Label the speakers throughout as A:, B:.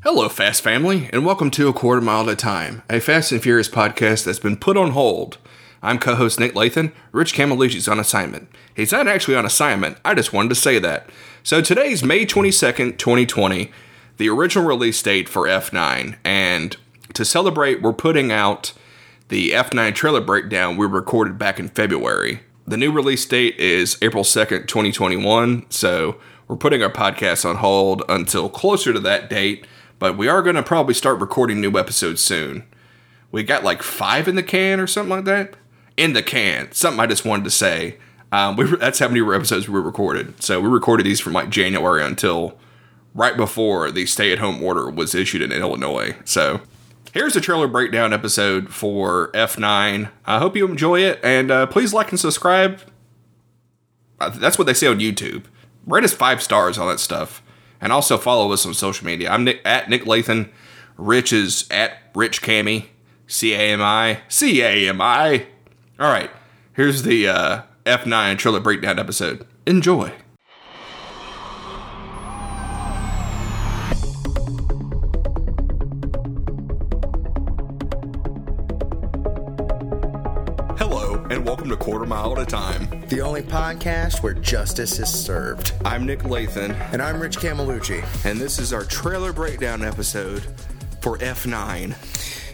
A: Hello, Fast Family, and welcome to A Quarter Mile at a Time, a Fast and Furious podcast that's been put on hold. I'm co host Nate Lathan. Rich Camelucci's on assignment. He's not actually on assignment, I just wanted to say that. So today's May 22nd, 2020, the original release date for F9, and to celebrate, we're putting out the F9 trailer breakdown we recorded back in February. The new release date is April 2nd, 2021, so we're putting our podcast on hold until closer to that date, but we are going to probably start recording new episodes soon. We got like five in the can or something like that. In the can, something I just wanted to say. Um, we that's how many episodes we recorded. So we recorded these from like January until right before the stay-at-home order was issued in Illinois. So here's the trailer breakdown episode for F9. I hope you enjoy it, and uh, please like and subscribe. Uh, that's what they say on YouTube. Rate us five stars, all that stuff, and also follow us on social media. I'm Nick, at Nick Lathan. Rich is at Rich Cammy. C A M I C A M I. All right, here's the uh, F9 trailer breakdown episode. Enjoy. Hello, and welcome to Quarter Mile at a Time.
B: The only podcast where justice is served.
A: I'm Nick Lathan,
B: And I'm Rich Camelucci.
A: and this is our trailer breakdown episode for F9.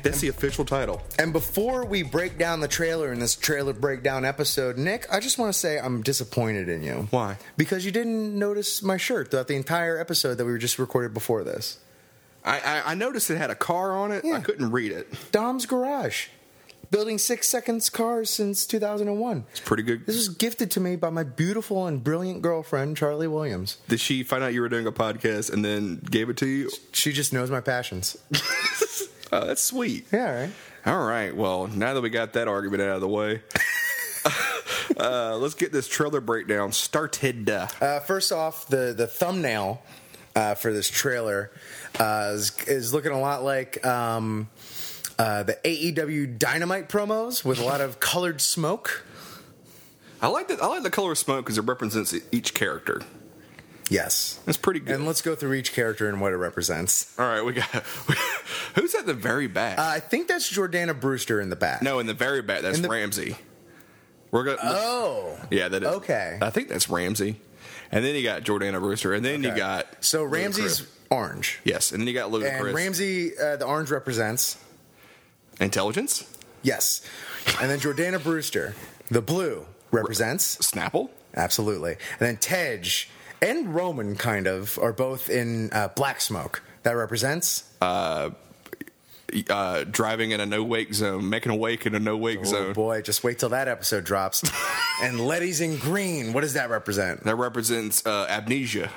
A: That's the official title.
B: And before we break down the trailer in this trailer breakdown episode, Nick, I just want to say I'm disappointed in you.
A: Why?
B: Because you didn't notice my shirt throughout the entire episode that we were just recorded before this.
A: I, I, I noticed it had a car on it. I
B: Yeah.
A: couldn't read it.
B: Dom's Garage. Building six seconds cars since 2001.
A: It's pretty good.
B: This was gifted to me by my beautiful and brilliant girlfriend, Charlie Williams.
A: Did she find out you were doing a podcast and then gave it to you?
B: She just knows my passions.
A: Oh, that's sweet.
B: Yeah, right?
A: All right. Well, now that we got that argument out of the way, uh, let's get this trailer breakdown started.
B: Uh, first off, the the thumbnail uh, for this trailer uh, is, is looking a lot like um, uh, the AEW Dynamite promos with a lot of colored smoke.
A: I like the I like the color of smoke because it represents each character.
B: Yes,
A: That's pretty good.
B: and let's go through each character and what it represents.
A: All right, we got who's at the very back?
B: Uh, I think that's Jordana Brewster in the back.
A: no, in the very back. That's
B: in the-
A: Ramsey. We're gonna.
B: Oh,
A: yeah, that is
B: okay.
A: I think that's Ramsey. And then you got Jordana Brewster, and then you
B: Okay.
A: got
B: so Ramsey's
A: Ludacris.
B: orange,
A: Yes, and then you got
B: and
A: Ludacris.
B: Ramsey uh, the orange represents
A: Intelligence,
B: yes, and then Jordana Brewster the blue represents
A: Snapple.
B: Absolutely. And then Tej and Roman kind of are both in uh, black smoke. That represents
A: uh, driving in a no wake zone, making a wake in a no wake
B: Oh
A: zone.
B: boy, just wait till that episode drops. and Letty's in green. What does that represent?
A: That represents uh, amnesia.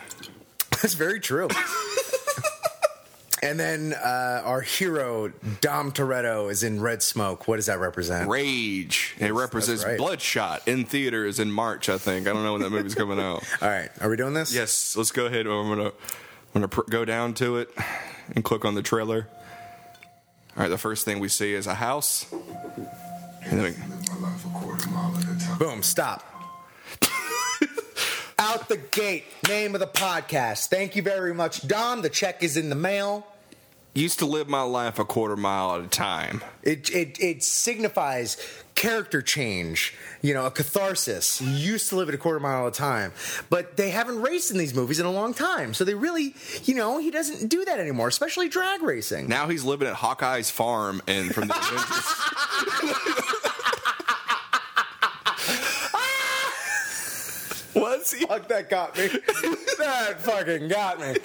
B: That's very true. and then uh, our hero Dom Toretto is in red smoke. What does that represent?
A: Rage. It represents
B: right.
A: Bloodshot in theaters in March, I think. I don't know when that movie's coming out.
B: All right, are we doing this?
A: Yes, let's go ahead. I'm gonna I'm gonna pr- go down to it and click on the trailer. All right, the first thing we see is a house. And then we-
B: Boom. Stop. Out the gate. Name of the podcast. Thank you very much, Dom. The check is in the mail.
A: used to live my life a quarter mile at a time.
B: It, it it signifies character change, you know, a catharsis. You used to live at a quarter mile at a time, but they haven't raced in these movies in a long time. So they really, you know, he doesn't do that anymore, especially drag racing.
A: Now he's living at Hawkeye's farm and from the Avengers. What's he?
B: Fuck, that got me. that fucking got me.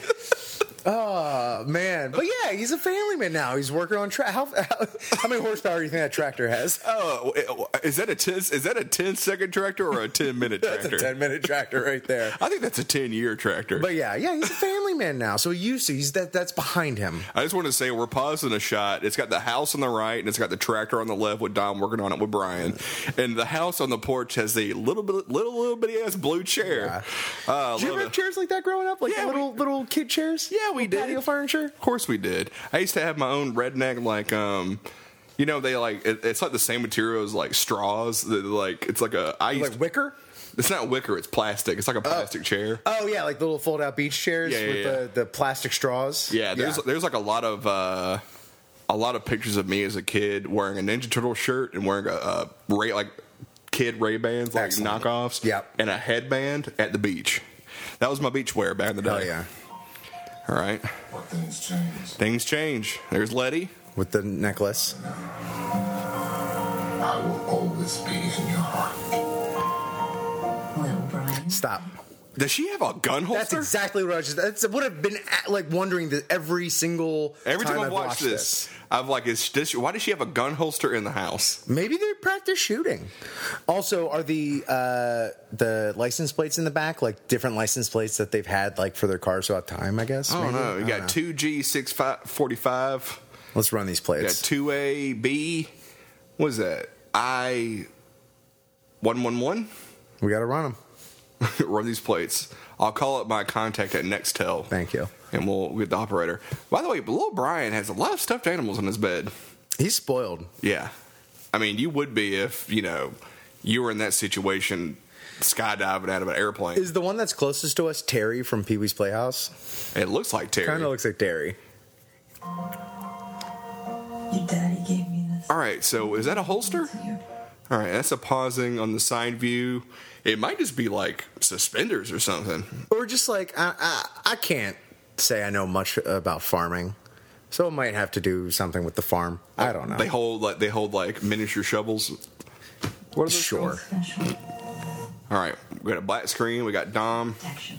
B: Oh man, but yeah, he's a family man now. He's working on track. How, how, how many horsepower do you think that tractor has?
A: Oh, is that a ten? Is that a 10 second tractor or a ten minute
B: That's
A: tractor?
B: a ten minute tractor right there.
A: I think that's a ten year tractor.
B: But yeah, yeah, he's a family man now. So he used to. He's that. That's behind him.
A: I just want to say we're pausing a shot. It's got the house on the right and it's got the tractor on the left with Dom working on it with Brian, and the house on the porch has the little bit, little little bitty ass blue chair. Uh,
B: Did
A: love
B: you ever
A: it.
B: have chairs like that growing up? Like
A: Yeah,
B: the
A: we-
B: little little kid chairs?
A: Yeah, we
B: Little
A: did.
B: Patio furniture?
A: Of course we did. I used to have my own redneck like um you know they like it, it's like the same material as like straws that like it's like a I used
B: Like wicker?
A: It's not wicker. It's plastic. It's like a plastic chair.
B: Oh yeah, like the little fold out beach chairs
A: Yeah, yeah,
B: with
A: yeah.
B: The, the plastic straws.
A: Yeah, there's there's like a lot of uh, a lot of pictures of me as a kid wearing a Ninja Turtle shirt and wearing a, a Ray like kid Ray Bans like
B: Excellent.
A: knockoffs.
B: Yep.
A: and a headband at the beach. That was my beach wear back in the day.
B: oh yeah,
A: All right,
C: But things change.
A: things change. There's Letty.
B: with the necklace.
C: I will always be in your heart.
D: Well, Brian.
B: Stop.
A: Does she have a gun
B: That's
A: holster?
B: exactly what I was. Just, that's what I've been at, like wondering that every single
A: Every time, I've
B: I've
A: watched this, I've like, is this, why does she have a gun holster in the house?
B: Maybe they practice shooting. Also, are the uh, the license plates in the back like different license plates that they've had like for their cars throughout time? I guess.
A: I don't
B: maybe?
A: know. You
B: know.
A: got two G six five forty five.
B: Let's run these
A: Yeah,
B: plates.
A: two A B. What is that? I one one one.
B: we got to run them.
A: Run these plates. I'll call up my contact at Nextel.
B: Thank you.
A: And we'll get the operator. By the way, little Brian has a lot of stuffed animals in his bed.
B: He's spoiled.
A: Yeah, I mean, you would be if you know you were in that situation, skydiving out of an airplane.
B: Is the one that's closest to us Terry from Pee Wee's Playhouse?
A: it looks like Terry.
B: Kind of looks like Terry.
D: Your daddy gave me this.
A: All right, so is that a holster?
D: You-
A: All right, that's a pausing on the side view. It might just be like suspenders or something.
B: Or just like I, I, I can't say I know much about farming, so it might have to do something with the farm. I don't know.
A: They hold like they hold like miniature shovels. What are those
B: Sure.
A: called?
D: Special
A: All right, we got a black screen. We got Dom.
D: protection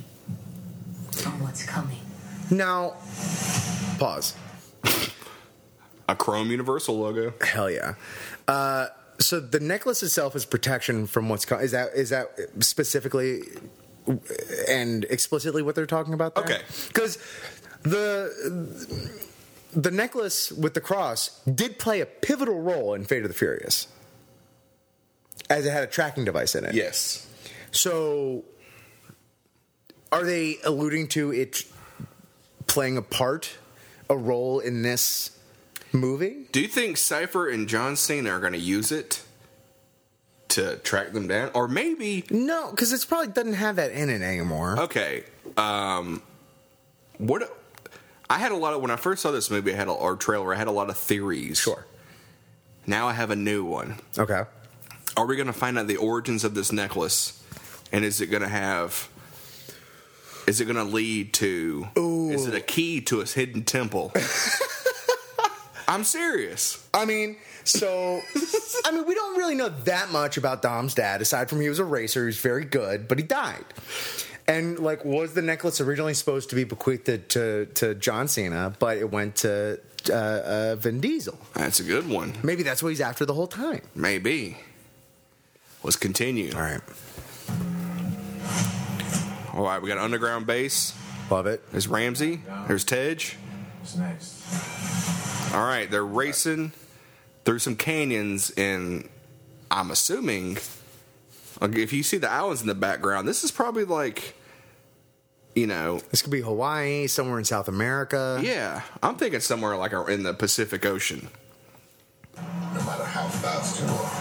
D: on what's coming.
B: Now, pause.
A: A Chrome Universal logo.
B: Hell yeah. Uh, so the necklace itself is protection from what's co- is that is that specifically and explicitly what they're talking about? There?
A: Okay.
B: because the the necklace with the cross did play a pivotal role in Fate of the Furious, as it had a tracking device in it.
A: Yes.
B: So, are they alluding to it playing a part, a role in this movie?
A: Do you think Cipher and John Cena are going to use it to track them down, or maybe?
B: No, because it's probably doesn't have that in it anymore.
A: Okay. Um, what? I had a lot of when I first saw this movie. I had a, or trailer. I had a lot of theories. Now I have a new one.
B: Okay.
A: Are we going to find out the origins of this necklace, and is it going to have? Is it going to lead to? Is it a key to a hidden temple? I'm serious.
B: I mean, so I mean, we don't really know that much about Dom's dad aside from he was a racer, he was very good, but he died. And like, was the necklace originally supposed to be bequeathed to to, to John Cena, but it went to uh, uh, Vin Diesel?
A: That's a good one.
B: Maybe that's what he's after the whole time.
A: Maybe. Let's continue.
B: All right,
A: All right, we got underground base.
B: love it.
A: There's Ramsey. There's Tej.
C: What's next?
A: All right, they're racing through some canyons, and I'm assuming like, if you see the islands in the background, this is probably like, you know,
B: This could be Hawaii, somewhere in South America.
A: yeah, I'm thinking somewhere like in the Pacific Ocean.
C: No matter how fast you are,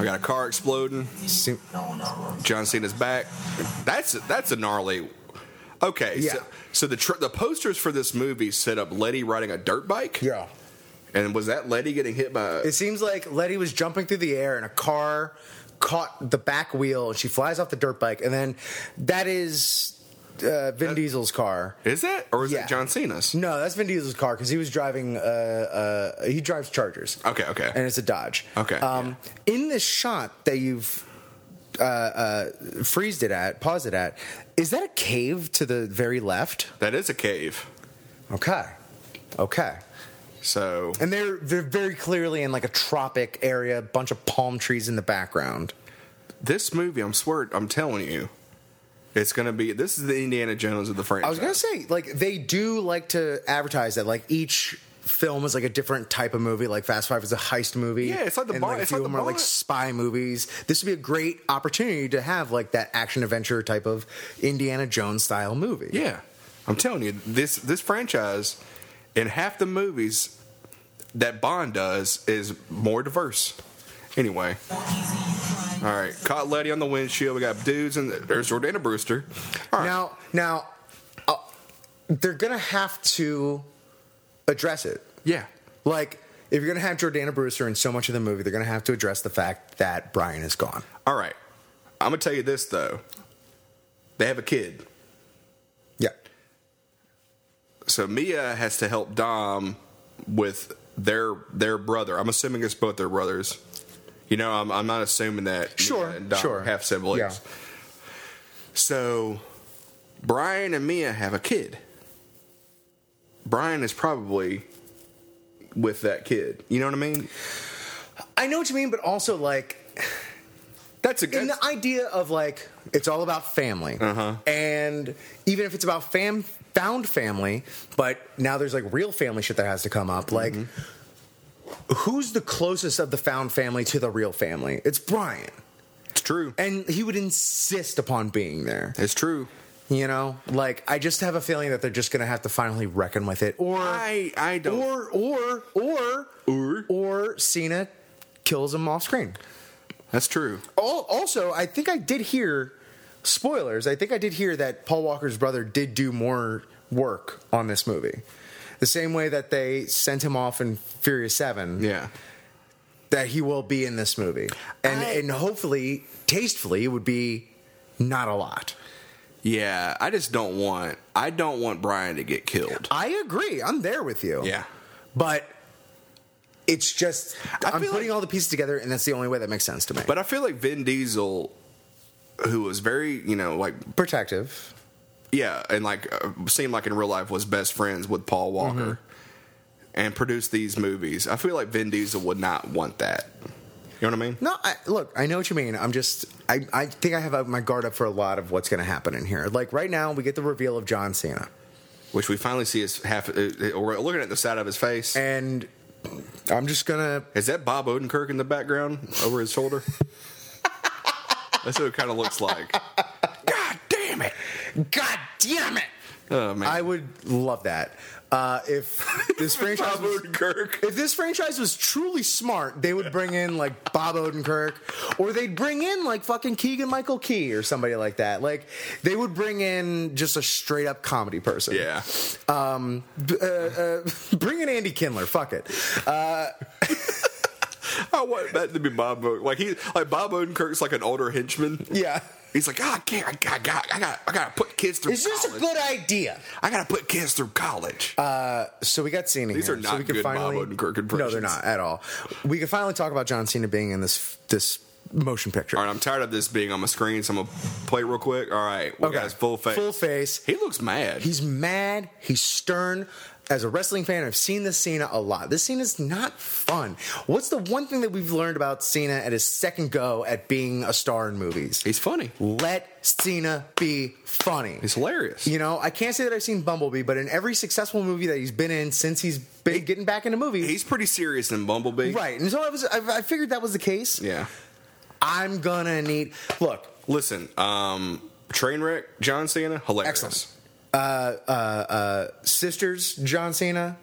A: I got a car exploding.
B: Se-
C: no one outruns.
A: John Cena's back. That's that's a gnarly. Okay,
B: Yeah.
A: so, so the tr- the posters for this movie set up Letty riding a dirt bike.
B: Yeah.
A: And was that Letty getting hit by?
B: It seems like Letty was jumping through the air and a car caught the back wheel and she flies off the dirt bike. And then that is uh, Vin Diesel's car.
A: Is that or is
B: Yeah.
A: it John Cena's?
B: No, that's Vin Diesel's car because he was driving, uh, uh, he drives Chargers.
A: Okay, okay.
B: And it's a Dodge.
A: Okay,
B: Um, In this shot that you've uh, uh, freezed it at, paused it at, is that a cave to the very left?
A: that is a cave.
B: Okay. Okay.
A: So
B: And they're they're very clearly in like a tropic area, a bunch of palm trees in the background.
A: this movie, I'm swear, I'm telling you, it's gonna be. This is the Indiana Jones of the franchise.
B: I was gonna say, like, they do like to advertise that like each film is like a different type of movie. Like Fast Five is a heist movie.
A: Yeah, it's like the
B: and,
A: Bond-
B: like, a
A: it's
B: few
A: like
B: of
A: the
B: them are like
A: Bond-
B: spy movies. This would be a great opportunity to have like that action adventure type of Indiana Jones style movie.
A: Yeah, I'm telling you, this this franchise, in half the movies that Bond does, is more diverse. Anyway,
D: Easy, you climb
A: All right, caught Letty on the windshield. We got dudes and there's Jordana Brewster. All right,
B: Now, now, uh, they're gonna have to address it.
A: yeah,
B: Like, if you're gonna have Jordana Brewster in so much of the movie, they're gonna have to address the fact that Brian is gone.
A: all right. I'm gonna tell you this though. They have a kid,
B: Yeah,
A: so Mia has to help Dom with their their brother. I'm assuming it's both their brothers. You know, I'm, I'm not assuming that Mia
B: sure,
A: and Dom
B: sure.
A: have siblings.
B: Yeah.
A: So Brian and Mia have a kid. Brian is probably with that kid. You know what I mean?
B: I know what you mean, but also like,
A: That's a
B: in
A: good.
B: the idea of like, it's all about family,
A: Uh-huh.
B: and even if it's about fam found family, but now there's like real family shit that has to come up,
A: Mm-hmm.
B: like. Who's the closest of the found family to the real family? It's Brian.
A: it's true.
B: And he would insist upon being there.
A: It's true.
B: You know, like I just have a feeling that they're just gonna have to finally reckon with it, or
A: I I don't.
B: or or or
A: Or?
B: or Cena kills him off screen.
A: that's true.
B: Al- Also, I think I did hear spoilers. I think I did hear that Paul Walker's brother did do more work on this movie, the same way that they sent him off in Furious Seven.
A: Yeah.
B: That he will be in this movie, and
A: I-
B: and hopefully tastefully it would be not a lot.
A: Yeah. I just don't want. I don't want Brian to get killed.
B: I agree. I'm there with you.
A: Yeah.
B: But it's just
A: I
B: I'm
A: feel
B: putting
A: like-
B: all the pieces together, and that's the only way that makes sense to me.
A: But I feel like Vin Diesel, who was very you know like
B: protective.
A: yeah, and like uh, seemed like in real life was best friends with Paul
B: Mm-hmm.
A: Walker, and produced these movies. I feel like Vin Diesel would not want that. You know what I mean?
B: No, I, look, I know what you mean. I'm just I I think I have uh, my guard up for a lot of what's going to happen in here. Like right now, we get the reveal of John Cena,
A: Which we finally see is half. uh, uh, We're looking at the side of his face.
B: and I'm just gonna.
A: Is that Bob Odenkirk in the background over his shoulder? That's what it kind of looks like. God damn it!
B: God damn it!
A: Oh man,
B: I would love that uh, if this franchise.
A: Bob
B: was-
A: Odenkirk.
B: if this franchise was truly smart, they would bring in like Bob Odenkirk, or they'd bring in like fucking Keegan Michael Key or somebody like that. Like they would bring in just a straight up comedy person.
A: Yeah,
B: Um, b- uh, uh, bring in Andy Kindler. Fuck it. Uh,
A: I want that to be Bob. Od- Like he, like Bob Odenkirk's like an older henchman.
B: yeah.
A: He's like, oh, I can't. I got. I got. I got. I got to put kids through.
B: Is this a
A: college.
B: good Uh, idea?
A: I got to put kids through college.
B: So we got Cena.
A: These
B: here,
A: are
B: so
A: not
B: we can
A: good Bob
B: finally,
A: Odenkirk
B: No, they're
A: impressions.
B: not at all. We can finally talk about John Cena being in this this motion picture.
A: All right, I'm tired of this being on my screen, so I'm gonna play real quick. All right, we got his full face.
B: Full face.
A: He looks mad.
B: He's mad. He's stern. As a wrestling fan, I've seen this Cena a lot. This Cena is not fun. What's the one thing that we've learned about Cena at his second go at being a star in movies?
A: He's funny.
B: Let Cena be funny.
A: He's hilarious.
B: You know, I can't say that I've seen Bumblebee, but in every successful movie that he's been in since he's been getting back into movies,
A: He's pretty serious in Bumblebee.
B: right. And so I was, I, I figured that was the case.
A: Yeah.
B: I'm gonna need look.
A: Listen, um, Trainwreck, John Cena, hilarious.
B: Excellent. Sisters, John Cena,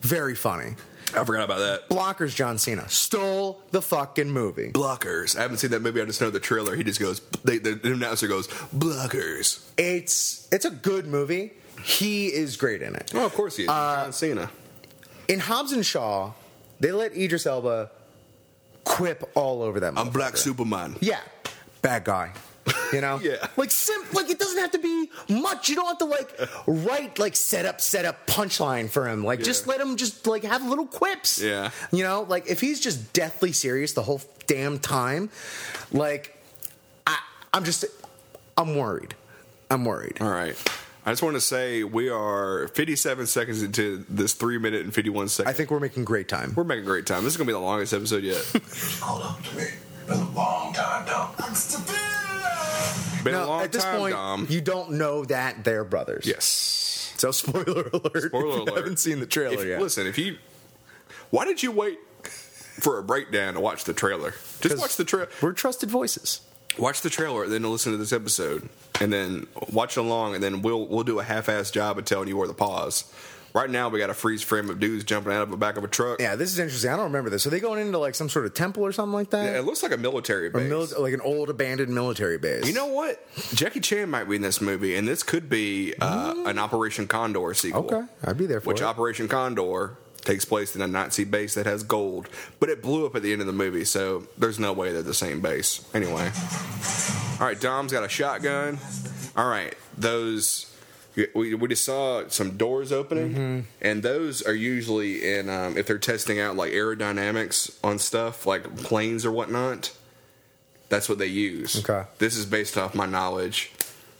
B: very funny.
A: I forgot about that.
B: Blockers, John Cena stole the fucking movie.
A: Blockers. I haven't seen that movie. I just know the trailer. He just goes. They, the announcer goes, "Blockers."
B: It's it's a good movie. He is great in it.
A: Oh, of course he is.
B: Uh,
A: John Cena.
B: In Hobbs and Shaw, they let Idris Elba quip all over them.
A: I'm Black Superman.
B: Yeah. Bad guy. You know?
A: Yeah.
B: Like simp like it doesn't have to be much. You don't have to like write like set up, set up punchline for him. Like just
A: Yeah.
B: let him just like have little quips.
A: Yeah.
B: You know, like if he's just deathly serious the whole damn time, like I I'm just I'm worried. I'm worried.
A: All right. I just want to say we are 57 seconds into this three minute and 51
B: I
A: second.
B: think we're making great time.
A: we're making great time. This is gonna be the longest episode yet.
C: Called up to me. Been a long time, Dom. I'm still
A: Been a
B: Now,
A: long
B: at this
A: time,
B: point,
A: Dom.
B: you don't know that they're brothers.
A: yes.
B: So spoiler alert.
A: Spoiler
B: if you
A: alert.
B: haven't seen the trailer
A: If-
B: yet.
A: Listen, if you, why did you wait for a breakdown to watch the trailer? Just
B: 'Cause
A: watch the trailer.
B: We're trusted voices.
A: Watch the trailer, then listen to this episode, and then watch along, and then we'll we'll do a half-assed job of telling you where to pause. Right now, we got a freeze frame of dudes jumping out of the back of a truck.
B: Yeah, this is interesting. I don't remember this. Are they going into like some sort of temple or something like that?
A: It looks like a military
B: or
A: base.
B: mili- like an old abandoned military base.
A: You know what? Jackie Chan might be in this movie, and this could be uh, an Operation Condor sequel.
B: Okay, I'd be there for
A: Which
B: it.
A: Operation Condor takes place in a Nazi base that has gold, but it blew up at the end of the movie, so there's no way they're the same base. Anyway. All right, Dom's got a shotgun. All right, those. We, we just saw some doors opening,
B: Mm-hmm.
A: and those are usually in um, if they're testing out like aerodynamics on stuff like planes or whatnot. That's what they use.
B: Okay.
A: This is based off my knowledge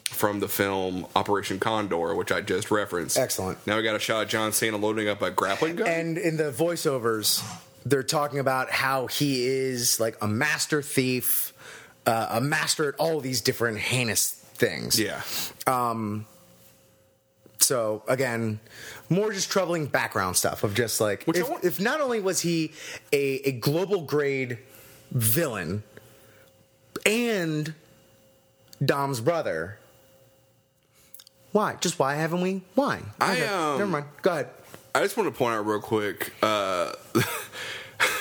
A: from the film Operation Condor, which I just referenced.
B: Excellent.
A: Now we got a shot of John Cena loading up a grappling gun.
B: and in the voiceovers, they're talking about how he is like a master thief, uh, a master at all these different heinous things.
A: yeah.
B: Um, So again, more just troubling background stuff of just like
A: Which I
B: if,
A: want-
B: if not only was he a, a global grade villain and Dom's brother, why? Just why haven't we? Why?
A: I,
B: Okay,
A: um,
B: never mind. Go ahead.
A: I just want to point out real quick. Uh,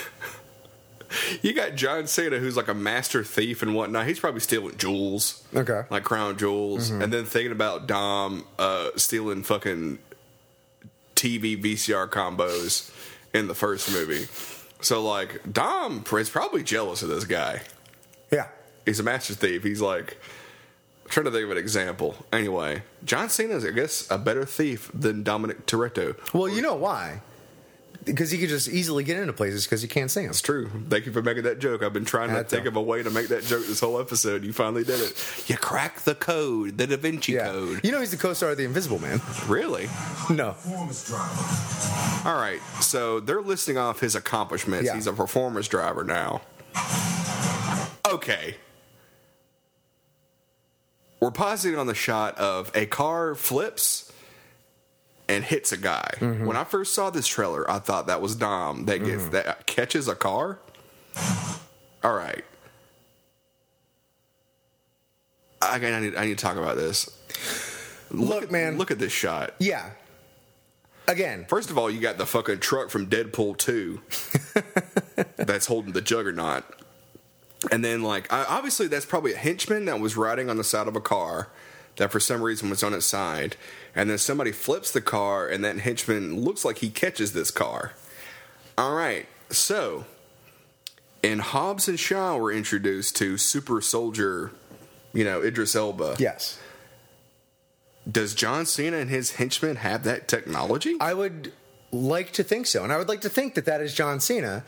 A: you got John Cena, who's like a master thief and whatnot. He's probably stealing jewels,
B: Okay. Mm-hmm.
A: like crown jewels, and then thinking about Dom uh, stealing fucking TV VCR combos in the first movie. So like Dom is probably jealous of this guy.
B: Yeah.
A: He's a master thief. He's like I'm trying to think of an example. Anyway, John Cena's I guess a better thief than Dominic Toretto.
B: Well, you know why? Because he could just easily get into places because he can't sing.
A: It's true. Thank you for making that joke. I've been trying to
B: That's
A: think
B: all.
A: of a way to make that joke this whole episode. You finally did it. You cracked the code, the Da Vinci
B: Yeah.
A: code.
B: You know he's the co-star of The Invisible Man.
A: Really?
B: no.
C: Performance driver.
A: All right. So they're listing off his accomplishments.
B: Yeah.
A: He's a performance driver now. Okay. We're pausing on the shot of a car flips and hits a guy.
B: Mm-hmm.
A: When I first saw this trailer, I thought that was Dom that gets that catches a car. All right. I, I need I need to talk about this.
B: Look,
A: at,
B: man.
A: Look at this shot.
B: Yeah. Again.
A: First of all, you got the fucking truck from Deadpool 2 that's holding the juggernaut. And then, like, I, obviously, that's probably a henchman that was riding on the side of a car that for some reason was on its side. And then somebody flips the car, and that henchman looks like he catches this car. All right, so. And Hobbs and Shaw were introduced to Super Soldier, you know, Idris Elba.
B: Yes.
A: Does John Cena and his henchmen have that technology?
B: I would like to think so, and I would like to think that that is John Cena,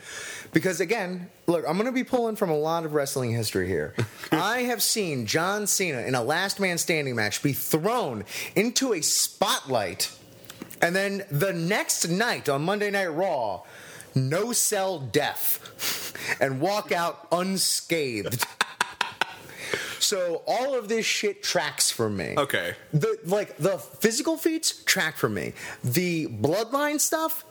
B: because again, look, I'm going to be pulling from a lot of wrestling history here. I have seen John Cena in a Last Man Standing match be thrown into a spotlight, and then the next night on Monday Night Raw, no cell death, and walk out unscathed. So all of this shit tracks for me.
A: Okay.
B: The like the physical feats track for me. The bloodline stuff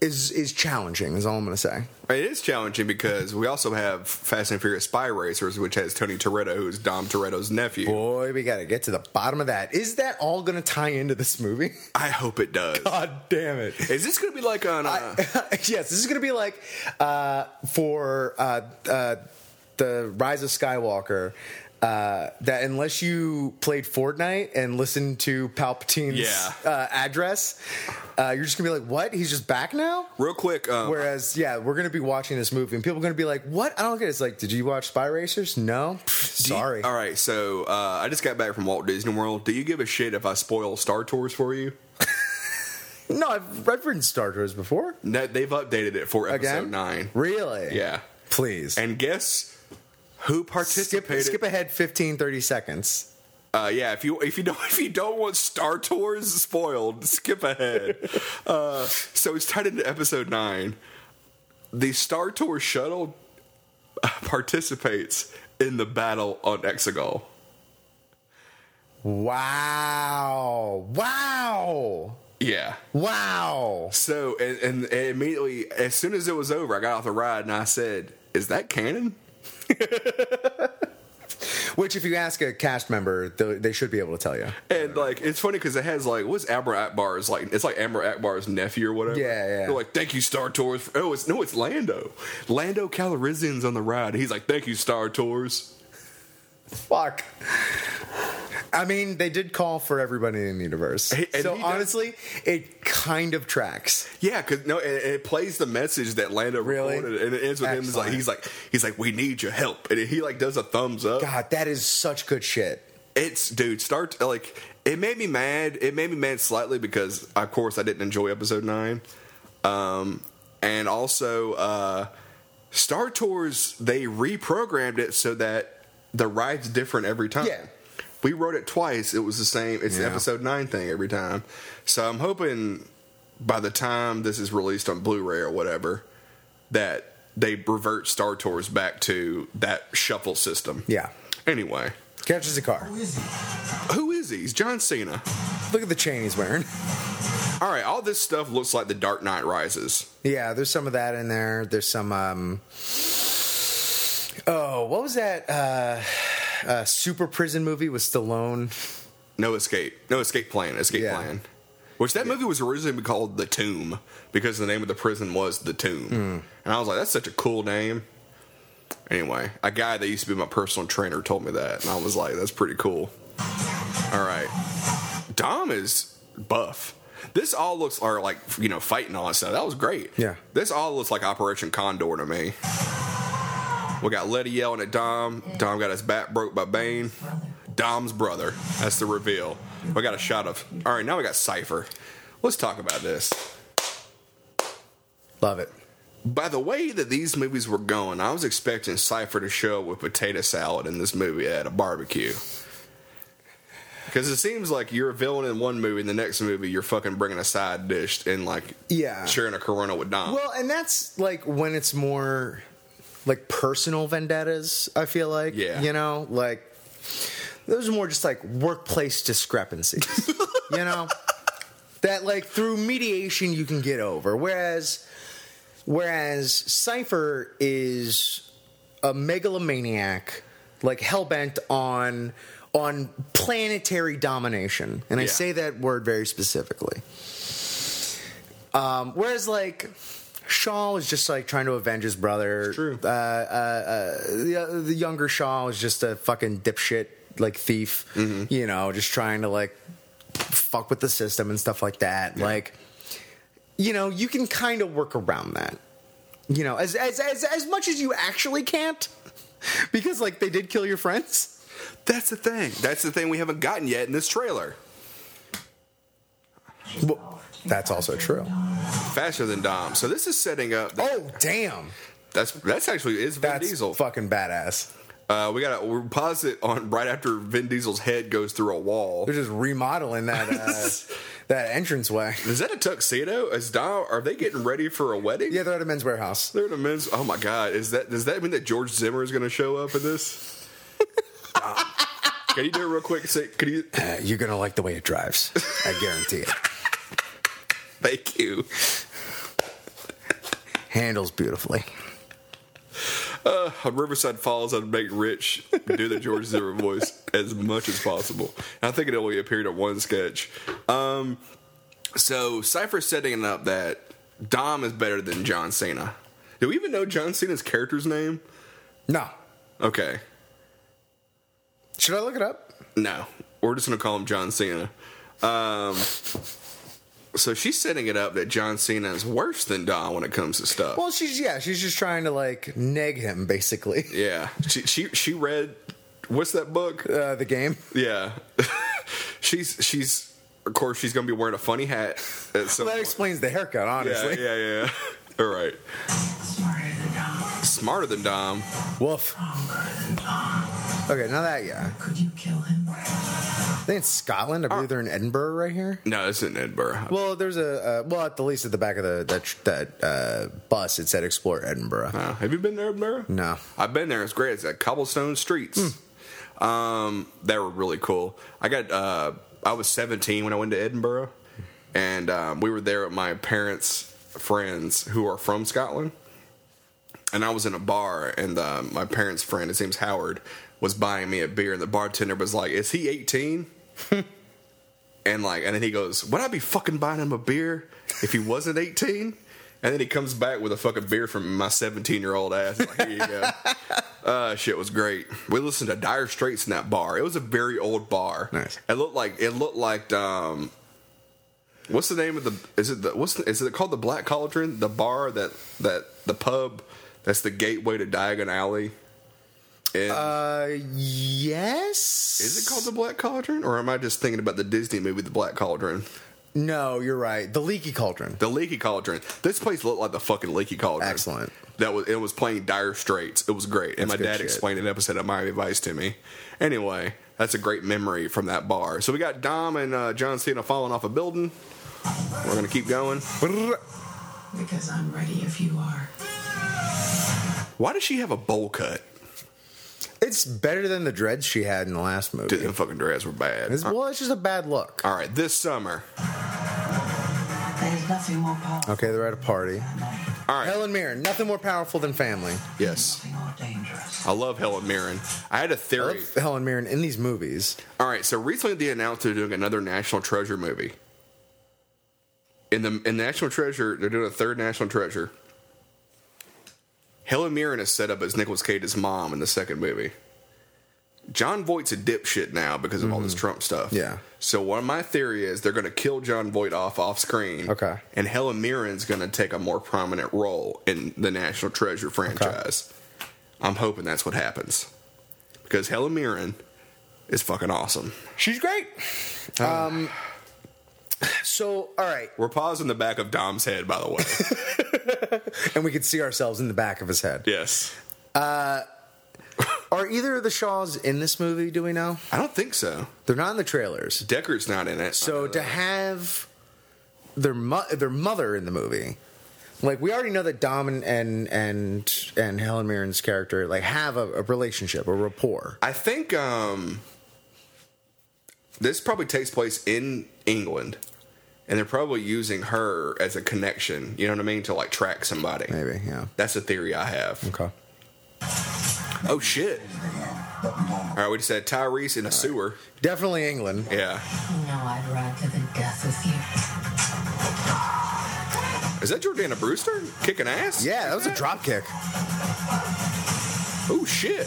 B: is is challenging. Is all I'm gonna say.
A: It is challenging because we also have Fast and Furious Spy Racers, which has Tony Toretto, who's Dom Toretto's nephew.
B: Boy, we gotta get to the bottom of that. Is that all gonna tie into this movie?
A: I hope it does.
B: God damn it.
A: Is this going to be like on? Uh,
B: yes, this is gonna be like uh, for uh, uh, the Rise of Skywalker. Uh, that unless you played Fortnite and listened to Palpatine's
A: Yeah.
B: uh, address, uh, you're just gonna be like, "What? He's just back now?"
A: real quick, um,
B: Whereas, yeah, we're gonna be watching this movie, and people are gonna be like, "What? I don't get it." It's like, did you watch Spy Racers? No, Pfft,
A: do you-
B: sorry.
A: all right, so uh, I just got back from Walt Disney World. Do you give a shit if I spoil Star Tours for you?
B: No, I've read written Star Wars before.
A: No, they've updated it for episode
B: Again,
A: nine.
B: Really?
A: Yeah,
B: Please.
A: and guess who
B: skip,
A: participated?
B: skip ahead 15, 30 seconds.
A: Uh, yeah, if you if you don't if you don't want Star Tours spoiled, skip ahead. uh, so it's tied into episode nine. The Star Tours shuttle uh, participates in the battle on Exegol.
B: Wow! Wow!
A: Yeah.
B: Wow!
A: So and, and, and immediately as soon as it was over, I got off the ride and I said, "Is that canon?"
B: Which, if you ask a cast member, th- they should be able to tell you.
A: And like it's funny because it has like what's Amber Akbar's like it's like Amber Akbar's nephew or whatever.
B: Yeah, yeah.
A: They're like, thank you, Star Tours. For, oh, it's no, it's Lando. Lando Calrissian's on the ride. He's like, thank you, Star Tours.
B: Fuck. I mean, they did call for everybody in the universe.
A: Hey, and
B: so
A: he does-
B: honestly, it kind of tracks.
A: Yeah, because no, and, and it plays the message that Lando
B: Really?
A: recorded, and it ends with him.
B: Excellent.
A: He's like, he's like, he's like, we need your help, and he like does a thumbs up.
B: God, that is such good shit.
A: It's dude, start like it made me mad. It made me mad slightly because of course I didn't enjoy episode nine. Um and also uh Star Tours they reprogrammed it so that the ride's different every time.
B: Yeah.
A: We wrote it twice, it was the same it's the
B: Yeah.
A: episode nine thing every time. So I'm hoping by the time this is released on Blu-ray or whatever, that they revert Star Tours back to that shuffle system.
B: Yeah.
A: Anyway.
B: Catches a car.
A: Who is he? He's John Cena.
B: Look at the chain he's wearing.
A: All right, all this stuff looks like The Dark Knight Rises.
B: Yeah, there's some of that in there. There's some. um Oh, what was that? Uh, uh Super prison movie with Stallone.
A: No escape. No escape plan. Escape
B: Yeah.
A: plan. Which that movie was originally called The Tomb because the name of the prison was The Tomb.
B: Hmm.
A: And I was like, that's such a cool name. Anyway, a guy that used to be my personal trainer told me that. And I was like, that's pretty cool. All right. Dom is buff. This all looks are like you know fighting all that stuff. That was great.
B: Yeah.
A: This all looks like Operation Condor to me. We got Letty yelling at Dom. Dom got his back broke by Bane. Dom's brother. That's the reveal. We got a shot of. All right, now we got Cipher. Let's talk about this.
B: Love it.
A: By the way that these movies were going, I was expecting Cipher to show up with potato salad in this movie at a barbecue. Because it seems like you're a villain in one movie, and the next movie you're fucking bringing a side dish and like
B: Yeah.
A: sharing a Corona with Dom.
B: Well, and that's like when it's more like personal vendettas, I feel like.
A: Yeah.
B: You know, like those are more just like workplace discrepancies. you know? That like through mediation you can get over. Whereas whereas Cypher is a megalomaniac, like hellbent on on planetary domination. And I
A: Yeah.
B: say that word very specifically. Um, whereas like Shaw was just like trying to avenge his brother.
A: true.
B: Uh, uh, uh, the, the younger Shaw was just a fucking dipshit, like thief.
A: Mm-hmm.
B: You know, just trying to like fuck with the system and stuff like that. Like, you know, you can kind of work around that. You know, as as as as much as you actually can't, because like they did kill your friends.
A: that's the thing. That's the thing we haven't gotten yet in this trailer.
B: Well, that's also true.
A: Faster than Dom. So this is setting up.
B: Oh damn,
A: That's that's actually is Vin
B: that's
A: Diesel.
B: fucking badass.
A: Uh, we got to we'll pause it on right after Vin Diesel's head goes through a wall.
B: They're just remodeling that uh, that entranceway.
A: Is that a tuxedo? Is Dom? Are they getting ready for a wedding?
B: Yeah, they're at a men's warehouse.
A: They're in a men's. Oh my god! Is that does that mean that George Zimmer is going to show up in this? Dom, Can you do it real quick? Say, can you?
B: Uh, you're gonna like the way it drives. I guarantee it.
A: Thank you.
B: Handles beautifully.
A: On Riverside Falls, I'd make Rich do the George Zimmer voice as much as possible. And I think it only appeared in one sketch. Um, so Cypher's setting it up that Dom is better than John Cena. Do we even know John Cena's character's name?
B: No,
A: Okay.
B: should I look it up?
A: No, we're just gonna call him John Cena. Um, so she's setting it up that John Cena is worse than Don when it comes to stuff.
B: Well, she's yeah, she's just trying to like neg him basically.
A: yeah, she she she read what's that book?
B: Uh, the game.
A: Yeah, she's she's of course she's gonna be wearing a funny hat. At some
B: That
A: point.
B: explains the haircut, honestly.
A: Yeah, yeah, yeah. All right,
D: Smarter than Dom.
A: smarter than Dom.
B: Wolf.
D: Stronger than Dom.
B: Okay, now that yeah,
D: Um, Could you kill him?
B: I think it's Scotland. I believe they're in Edinburgh right here.
A: No, it's in Edinburgh.
B: Uh, Well, there's a uh, well at the least at the back of the that tr- that uh, bus it said explore Edinburgh.
A: Uh, have you been there, Edinburgh?
B: No.
A: I've been there. It's great. It's got cobblestone streets.
B: Hmm.
A: Um, they were really cool. I got. Uh, I was 17 when I went to Edinburgh, and um, we were there with my parents' friends who are from Scotland, and I was in a bar, and uh, my parents' friend, his name's Howard, was buying me a beer, and the bartender was like, "Is he 18?" and like, and then he goes, "Would I be fucking buying him a beer if he wasn't 18?" And then he comes back with a fucking beer from my 17 year old ass. Like, here you go. uh, shit was great. We listened to Dire Straits in that bar. It was a very old bar.
B: Nice.
A: It looked like it looked like um, What's the name of the? Is it the? What's the, is it called the Black Cauldron? The bar that that the pub that's the gateway to Diagon Alley. And
B: Uh, yes.
A: is it called the Black Cauldron, or am I just thinking about the Disney movie The Black Cauldron?
B: No, you're right. The leaky cauldron.
A: The Leaky Cauldron. This place looked like the fucking Leaky Cauldron.
B: Excellent.
A: That was it was playing Dire Straits. It was great, and
B: That's
A: my
B: good
A: dad
B: shit.
A: explained an episode of Miami Vice to me. Anyway, that's a great memory from that bar. So we got Dom and uh, John Cena falling off a building. We're gonna keep going.
D: Because I'm ready if you are.
A: Why does she have a bowl cut?
B: It's better than the dreads she had in the last movie.
A: Dude, them fucking dreads were bad. Uh,
B: It's- well, it's just a bad look.
A: All right, this summer.
D: There's nothing more powerful
B: Okay, they're at a party.
D: than life.
A: All right.
B: Helen Mirren, nothing more powerful than family.
A: Yes.
D: Nothing more dangerous.
A: I love Helen Mirren. I had a
B: I
A: theory.
B: love Helen Mirren in these movies.
A: All right, so recently they announced they're doing another National Treasure movie. In the in National Treasure, they're doing a third National Treasure. Helen Mirren is set up as Nicolas Cage's mom in the second movie. John Voight's a dipshit now because of all this Trump stuff.
B: Mm-hmm. Yeah.
A: So one of my theory is they're going to kill John Voight off off screen.
B: Okay.
A: And Helen Mirren's going to take a more prominent role in the National Treasure franchise. I'm hoping that's what happens because Helen Mirren is fucking awesome.
B: She's great. Um, so, all right.
A: We're pausing the back of Dom's head, by the way.
B: And we could see ourselves in the back of his head.
A: yes.
B: Uh, Are either of the Shaws in this movie, do we know?
A: I don't think so.
B: They're not in the trailers.
A: Decker's not in it.
B: So to have their mo- their mother in the movie, like we already know that Dom and and and, and Helen Mirren's character like have a, a relationship, a rapport.
A: I think um, this probably takes place in England, and they're probably using her as a connection. You know what I mean? To like track somebody.
B: Maybe, yeah.
A: That's a theory I have.
B: Okay.
A: Oh shit! All right, we just had Tyrese in a sewer.
B: Definitely England.
A: Yeah.
D: You know I'd ride to the death with you.
A: Is that Jordana Brewster kicking ass?
B: Yeah, that was a drop kick.
A: Oh shit!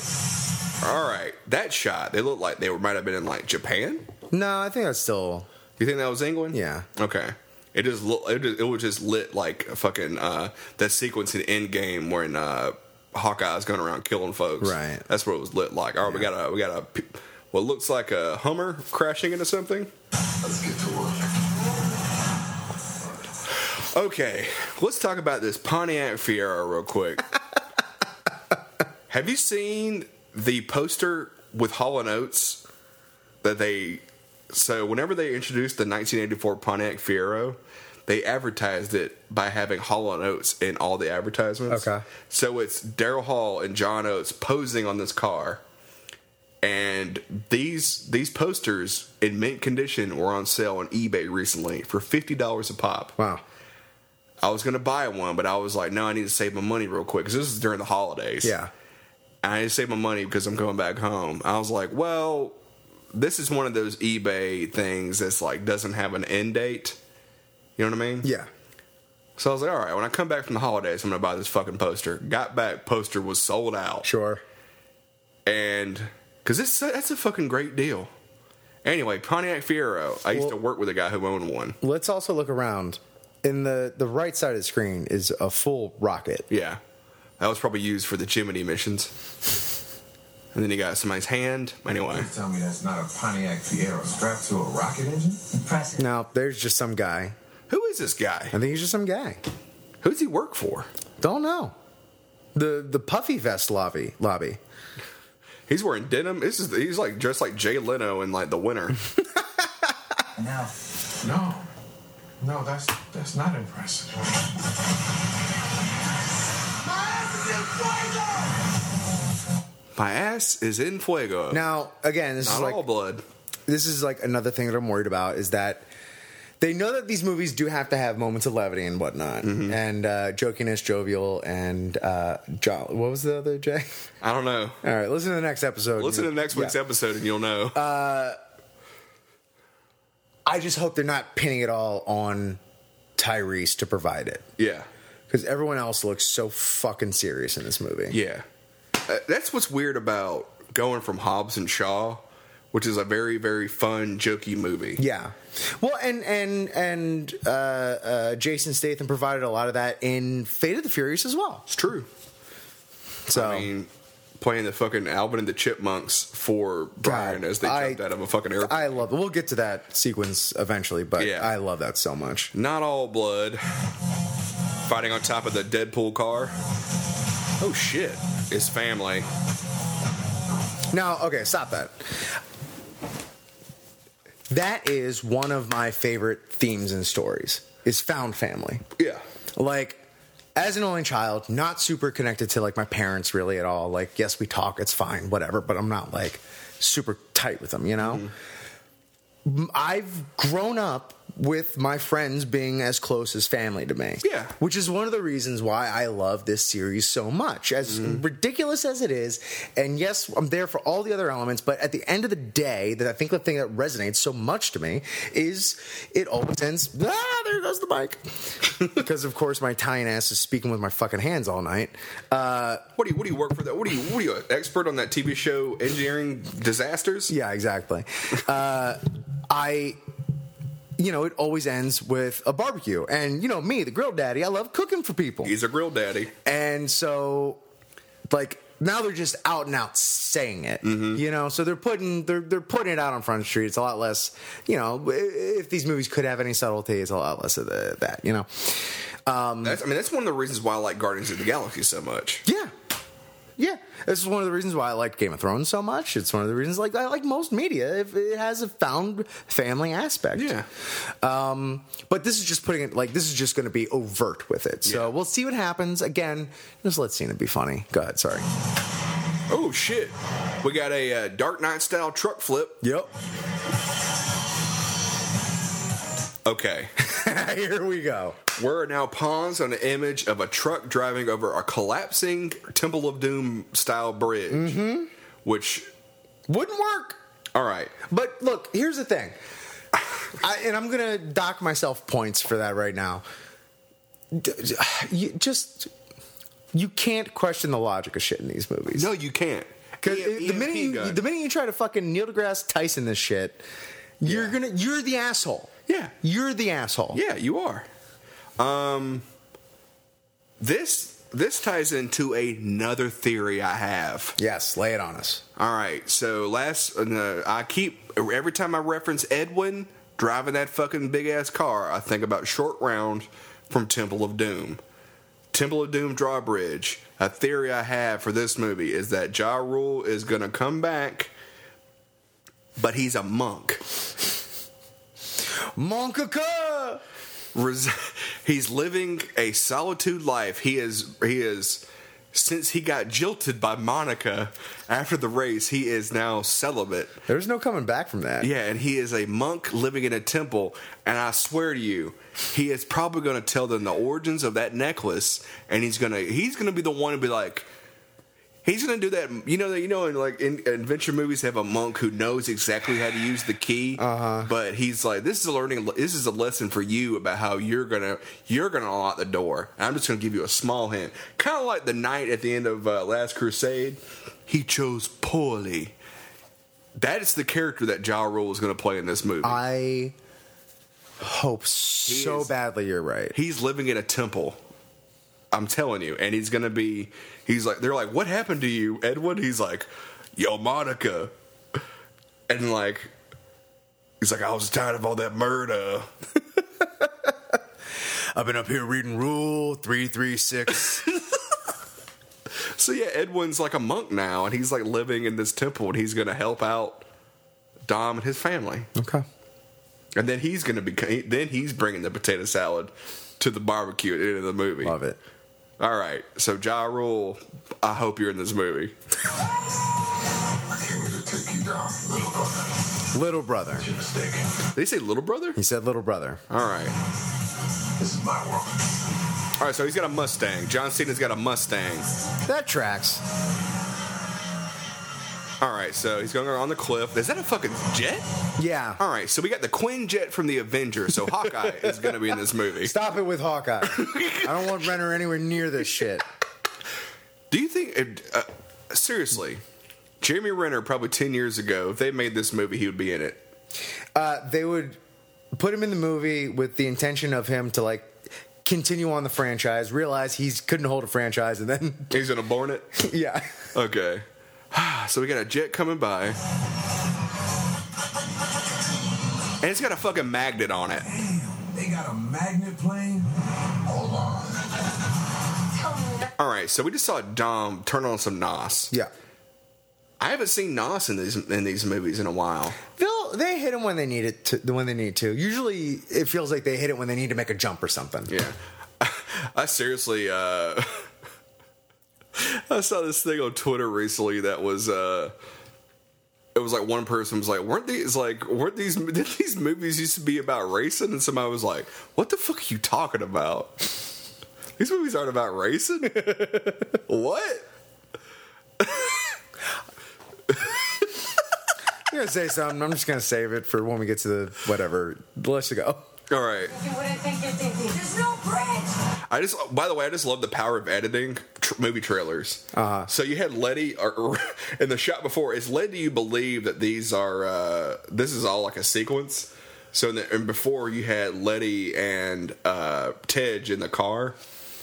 A: All right, that shot. They looked like they were, might have been in like Japan.
B: No, I think that's still
A: You think that was England?
B: Yeah.
A: Okay. It just lo- it, just, it was just lit like a fucking uh, that sequence in Endgame when uh, Hawkeye's going around killing folks.
B: Right.
A: That's what it was lit like. All right, we got a we got a p- what looks like a Hummer crashing into something.
C: Let's get to work.
A: Okay, let's talk about this Pontiac Fiero real quick. Have you seen the poster with Hall and Oates that they? So whenever they introduced the 1984 Pontiac Fiero, they advertised it by having Hall and Oates in all the advertisements.
B: Okay.
A: So it's Daryl Hall and John Oates posing on this car. And these these posters in mint condition were on sale on eBay recently for fifty dollars a pop.
B: wow.
A: I was gonna buy one, but I was like, no, I need to save my money real quick because this is during the holidays.
B: Yeah.
A: and I need to save my money because I'm going back home. I was like, well, this is one of those eBay things that's like doesn't have an end date. You know what I mean?
B: Yeah.
A: So I was like, all right, when I come back from the holidays, I'm gonna buy this fucking poster. Got back, poster was sold out,
B: Sure.
A: and because this that's a fucking great deal. Anyway, Pontiac Fiero. I used to
B: Well-
A: work with a guy who owned one.
B: Let's also look around. In the the right side of the screen is a full rocket.
A: Yeah. That was probably used for the Jiminy missions. And then he got somebody's hand. Anyway.
C: You tell me that's not a Pontiac Fiero strapped to a rocket engine?
D: Impressive.
B: Now there's just some guy.
A: Who is this
B: I
A: guy?
B: think he's just some guy.
A: Who does he work for?
B: Don't know. The the puffy vest lobby lobby.
A: He's wearing denim. This is he's like dressed like Jay Leno in like the winter.
D: No.
C: No. No, that's that's not impressive.
A: My ass is in fuego.
B: Now again, this
A: Not
B: is like
A: all blood.
B: this is like another thing that I'm worried about is that they know that these movies do have to have moments of levity and whatnot,
A: Mm-hmm.
B: and uh, jokiness, jovial, and uh, jo- what was the other Jay?
A: I don't know.
B: All right, listen to the next episode.
A: Listen to next week's
B: Yeah.
A: episode and you'll know.
B: I just hope they're not pinning it all on Tyrese to provide it
A: yeah.
B: because everyone else looks so fucking serious in this movie.
A: Yeah. Uh, that's what's weird about going from Hobbs and Shaw, which is a very, very fun, jokey movie.
B: Yeah. Well, and and and uh, uh, Jason Statham provided a lot of that in Fate of the Furious as well.
A: It's true.
B: So
A: I mean, playing the fucking Alvin and the Chipmunks for Brian as they
B: I-
A: jumped out of a fucking airplane.
B: I love it. We'll get to that sequence eventually, but
A: Yeah.
B: I love that so much.
A: Not all blood. Fighting on top of the Deadpool car. Oh shit. His family.
B: Now, okay, stop that. That is one of my favorite themes and stories. Is found family.
A: Yeah.
B: like as an only child not super connected to like my parents really at all like yes we talk it's fine whatever but i'm not like super tight with them you know
A: Mm-hmm.
B: M- i've grown up with my friends being as close as family to me
A: Yeah.
B: which is one of the reasons why i love this series so much as ridiculous as it is and yes i'm there for all the other elements but at the end of the day that i think the thing that resonates so much to me is it always ends ah there goes the bike because of course my Italian ass is speaking with my fucking hands all night. Uh,
A: What do you what do you work for that? What do you what are you an expert on that TV show engineering disasters?
B: yeah, exactly. Uh, I, you know, it always ends with a barbecue, and you know me, the grill daddy, I love cooking for people,
A: He's a grill daddy.
B: and so like now they're just out and out saying it, you know. So they're putting they're they're putting it out on front street. It's a lot less, you know. i- If these movies could have any subtlety, it's a lot less of the, that, you know. Um,
A: That's I mean that's one of the reasons why I like Guardians of the Galaxy so much.
B: Yeah. Yeah. This is one of the reasons why I like Game of Thrones so much. It's one of the reasons like I like most media if it has a found family aspect.
A: Yeah.
B: Um, but this is just putting it like this is just going to be overt with it. So
A: Yeah.
B: we'll see what happens. Again, just let Cena be funny. Go ahead. Sorry.
A: Oh shit. We got a uh, Dark Knight style truck flip.
B: Yep.
A: Okay.
B: Here we go.
A: We're now pawns on the image of a truck driving over a collapsing Temple of Doom style bridge. Which,
B: Wouldn't work.
A: all right,
B: But look, here's the thing. I, and I'm going to dock myself points for that right now. D- You just you can't question the logic of shit in these movies.
A: no, you can't.
B: Because
A: E-
B: the minute
A: EMP
B: you,
A: gun.
B: the minute you try to fucking Neil deGrasse Tyson this shit, you're
A: Yeah.
B: gonna you're the asshole.
A: Yeah.
B: you're the asshole.
A: yeah, you are. Um, this this ties into another theory I have.
B: Yes, lay it on us.
A: All right, so last uh, no, I keep every time I reference Edwin driving that fucking big ass car, I think about Short Round from Temple of Doom. Temple of Doom drawbridge. A theory I have for this movie is that Ja Rule is gonna come back, but he's a monk.
B: Monkaka.
A: Res- he's living a solitude life. He is he is since he got jilted by Monica after the race, he is now celibate.
B: There's no coming back from that.
A: Yeah, and he is a monk living in a temple, and I swear to you, he is probably going to tell them the origins of that necklace, and he's gonna he's gonna be the one to be like, he's gonna do that. You know that you know in like in adventure movies they have a monk who knows exactly how to use the key, uh-huh. but he's like, this is a learning, this is a lesson for you about how you're gonna you're gonna unlock the door. And I'm just gonna give you a small hint, kind of like the knight at the end of uh, Last Crusade. He chose poorly. That is the character that Ja Rule is going to play in this movie.
B: I hope so
A: is-
B: badly you're right.
A: he's living in a temple. I'm telling you. And he's going to be, he's like, they're like, what happened to you, Edwin? He's like, yo, Monica. And like, he's like, I was tired of all that murder.
B: I've been up here reading Rule Three Three Six.
A: So yeah, Edwin's like a monk now, and he's like living in this temple, and he's going to help out Dom and his family.
B: Okay.
A: And then he's going to be, then he's bringing the potato salad to the barbecue at the end of the movie.
B: Love it.
A: All right, so Ja Rule, I hope you're in this movie.
C: I came here to take you down, little brother.
B: Little brother.
C: Your mistake.
A: Did he say little brother?
B: He said little brother.
A: All right.
C: This is my world.
A: All right, so he's got a Mustang. John Cena's got a Mustang.
B: That tracks.
A: All right, so he's going on the cliff. Is that a fucking jet?
B: Yeah.
A: All right, so we got the Quinn jet from the Avengers. So Hawkeye is going to be in this movie.
B: Stop it with Hawkeye. I don't want Renner anywhere near this shit.
A: Do you think, uh, seriously, Jeremy Renner probably 10 years ago, if they made this movie, he would be in it?
B: Uh, they would put him in the movie with the intention of him to like continue on the franchise, realize he couldn't hold a franchise, and then
A: He's going to born it?
B: yeah.
A: Okay. So we got a jet coming by. And it's got a fucking magnet on it.
D: They got a magnet plane?
C: Hold on.
A: All right, so we just saw Dom turn on some Nos.
B: Yeah.
A: I haven't seen Nos in these in these movies in a while.
B: They'll they hit him when they need it to the when they need to. Usually it feels like they hit it when they need to make a jump or something.
A: Yeah. I seriously uh I saw this thing on Twitter recently that was uh it was like one person was like, weren't these like weren't these did these movies used to be about racing? And somebody was like, What the fuck are you talking about? These movies aren't about racing? what?
B: I'm gonna say something. I'm just gonna save it for when we get to the whatever. Let's go.
A: All right.
E: You wouldn't think you're thinking. There's no bridge.
A: I just, by the way, I just love the power of editing tr- movie trailers. Uh-huh. So you had Letty, or, or in the shot before, it's led to you believe that these are, uh, this is all like a sequence. So in the, and before you had Letty and uh, Tej in the car,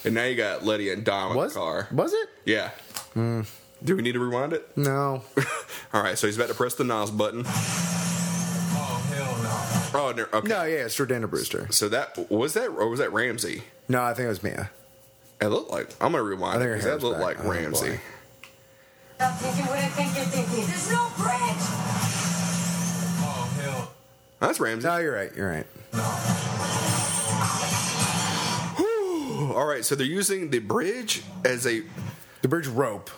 A: and now you got Letty and Dom
B: Was
A: in the car.
B: was it?
A: Yeah. Do we need to rewind it?
B: No.
A: all right. So he's about to press the Nas button.
C: Oh, hell no.
A: Oh no. Okay.
B: No, yeah, it's Jordana Brewster.
A: So that was that, or was that Ramsey?
B: No, I think it was Mia.
A: It looked like I'm gonna
B: I
A: rewind it
B: think her
A: because
B: hair
A: that
B: was
A: looked
B: black.
A: like
B: Oh,
A: Ramsey.
B: boy.
E: Stop thinking what I think you're thinking. There's no bridge.
C: Oh, hell
A: That's Ramsey.
B: No, you're right. You're right.
C: no.
A: All right, so they're using the bridge as a
B: The bridge rope.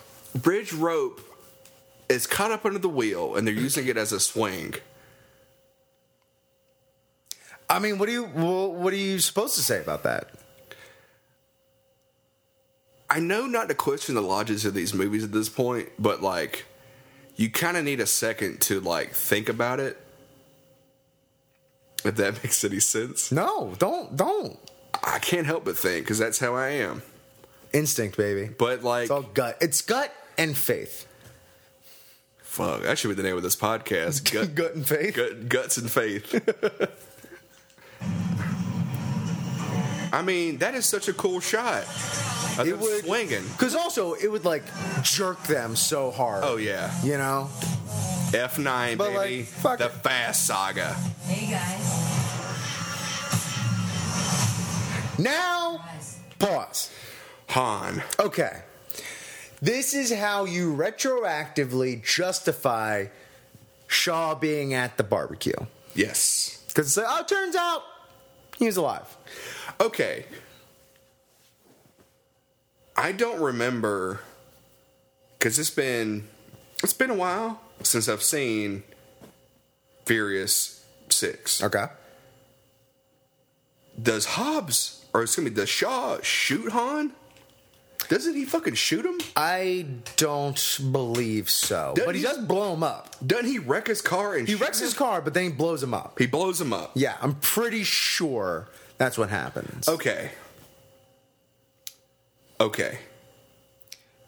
A: bridge rope is caught up under the wheel, and they're using it as a swing.
B: I mean, what do you well, what are you supposed to say about that?
A: I know not to question the logic of these movies at this point, but like, you kind of need a second to like think about it. If that makes any sense,
B: No, don't don't.
A: I can't help but think because that's how I am.
B: Instinct, baby.
A: But like,
B: It's all gut. It's gut and faith.
A: fuck, that should be the name of this podcast: gut,
B: gut and faith.
A: gut, guts and faith. I mean, that is such a cool shot. Of
B: It
A: them
B: would-
A: swinging.
B: Because also it would like jerk them so hard.
A: Oh yeah,
B: You know?
A: F nine
B: But, like,
A: baby,
B: fuck
A: the
B: it.
A: Fast Saga.
E: Hey guys.
B: Now
E: Guys.
B: pause.
A: Han,
B: Okay. This is how you retroactively justify Shaw being at the barbecue.
A: yes.
B: Because it's like, oh, turns out he was alive.
A: Okay, I don't remember because it's been it's been a while since I've seen Furious Six.
B: Okay.
A: Does Hobbs or excuse me, does Shaw shoot Han? Doesn't he fucking shoot him?
B: I don't believe so.
A: Doesn't
B: but he
A: he-
B: does blow him up.
A: Doesn't he wreck his car and
B: He
A: shoot
B: wrecks
A: him?
B: his car, but then he blows him up.
A: He blows him up.
B: Yeah, I'm pretty sure that's what happens.
A: Okay. Okay.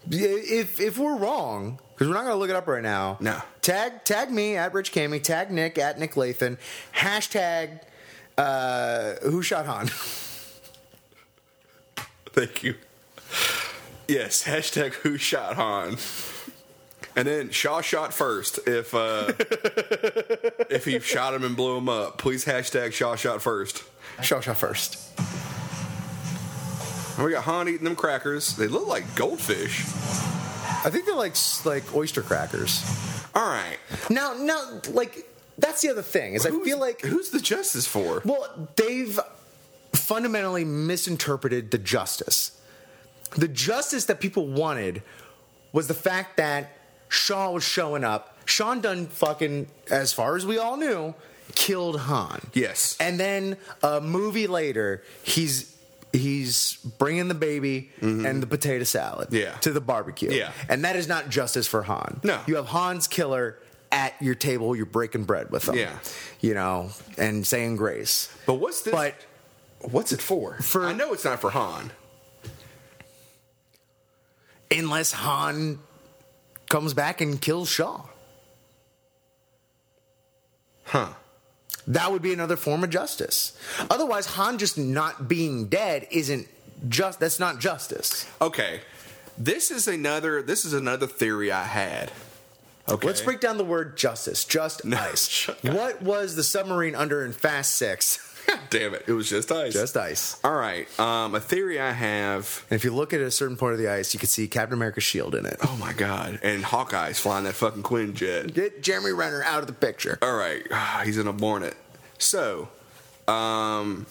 B: If if we're wrong, because we're not going to look it up right now.
A: No.
B: Tag tag me at Rich Cammy. Tag Nick at Nick Lathan. Hashtag uh, who shot Han.
A: Thank you. Yes, hashtag who shot Han. And then Shaw shot first. If uh if he shot him and blew him up, please hashtag Shaw shot first.
B: Shaw shot first.
A: And we got Han eating them crackers. They look like goldfish.
B: I think they're like s- like oyster crackers.
A: All right.
B: Now now like that's the other thing is I
A: Who's-
B: feel like
A: who's the justice for?
B: Well, they've fundamentally misinterpreted the justice. The justice that people wanted was the fact that Shaw was showing up, Sean Dunn fucking, as far as we all knew, killed Han.
A: Yes.
B: And then a movie later, he's he's bringing the baby and the potato salad
A: Mm-hmm. Yeah.
B: to the barbecue.
A: Yeah.
B: And that is not justice for Han.
A: No.
B: You have Han's killer at your table, you're breaking bread with him.
A: Yeah.
B: You know, and saying grace.
A: But what's this?
B: But
A: what's it for?
B: For-
A: I know it's not for Han.
B: unless Han comes back and kills Shaw.
A: Huh.
B: That would be another form of justice. Otherwise, Han just not being dead isn't just that's not justice.
A: Okay. This is another. This is another theory I had. Okay.
B: Let's break down the word justice. Just
A: No,
B: ice.
A: shut up.
B: What was the submarine under in Fast Six?
A: Damn it! It was just ice.
B: Just ice.
A: All right. Um, a theory I have.
B: And if you look at a certain point of the ice, you can see Captain America's shield in it.
A: Oh my god! And Hawkeye's flying that fucking Quinjet.
B: Get Jeremy Renner out of the picture.
A: All right, he's an abhorrent. So, um,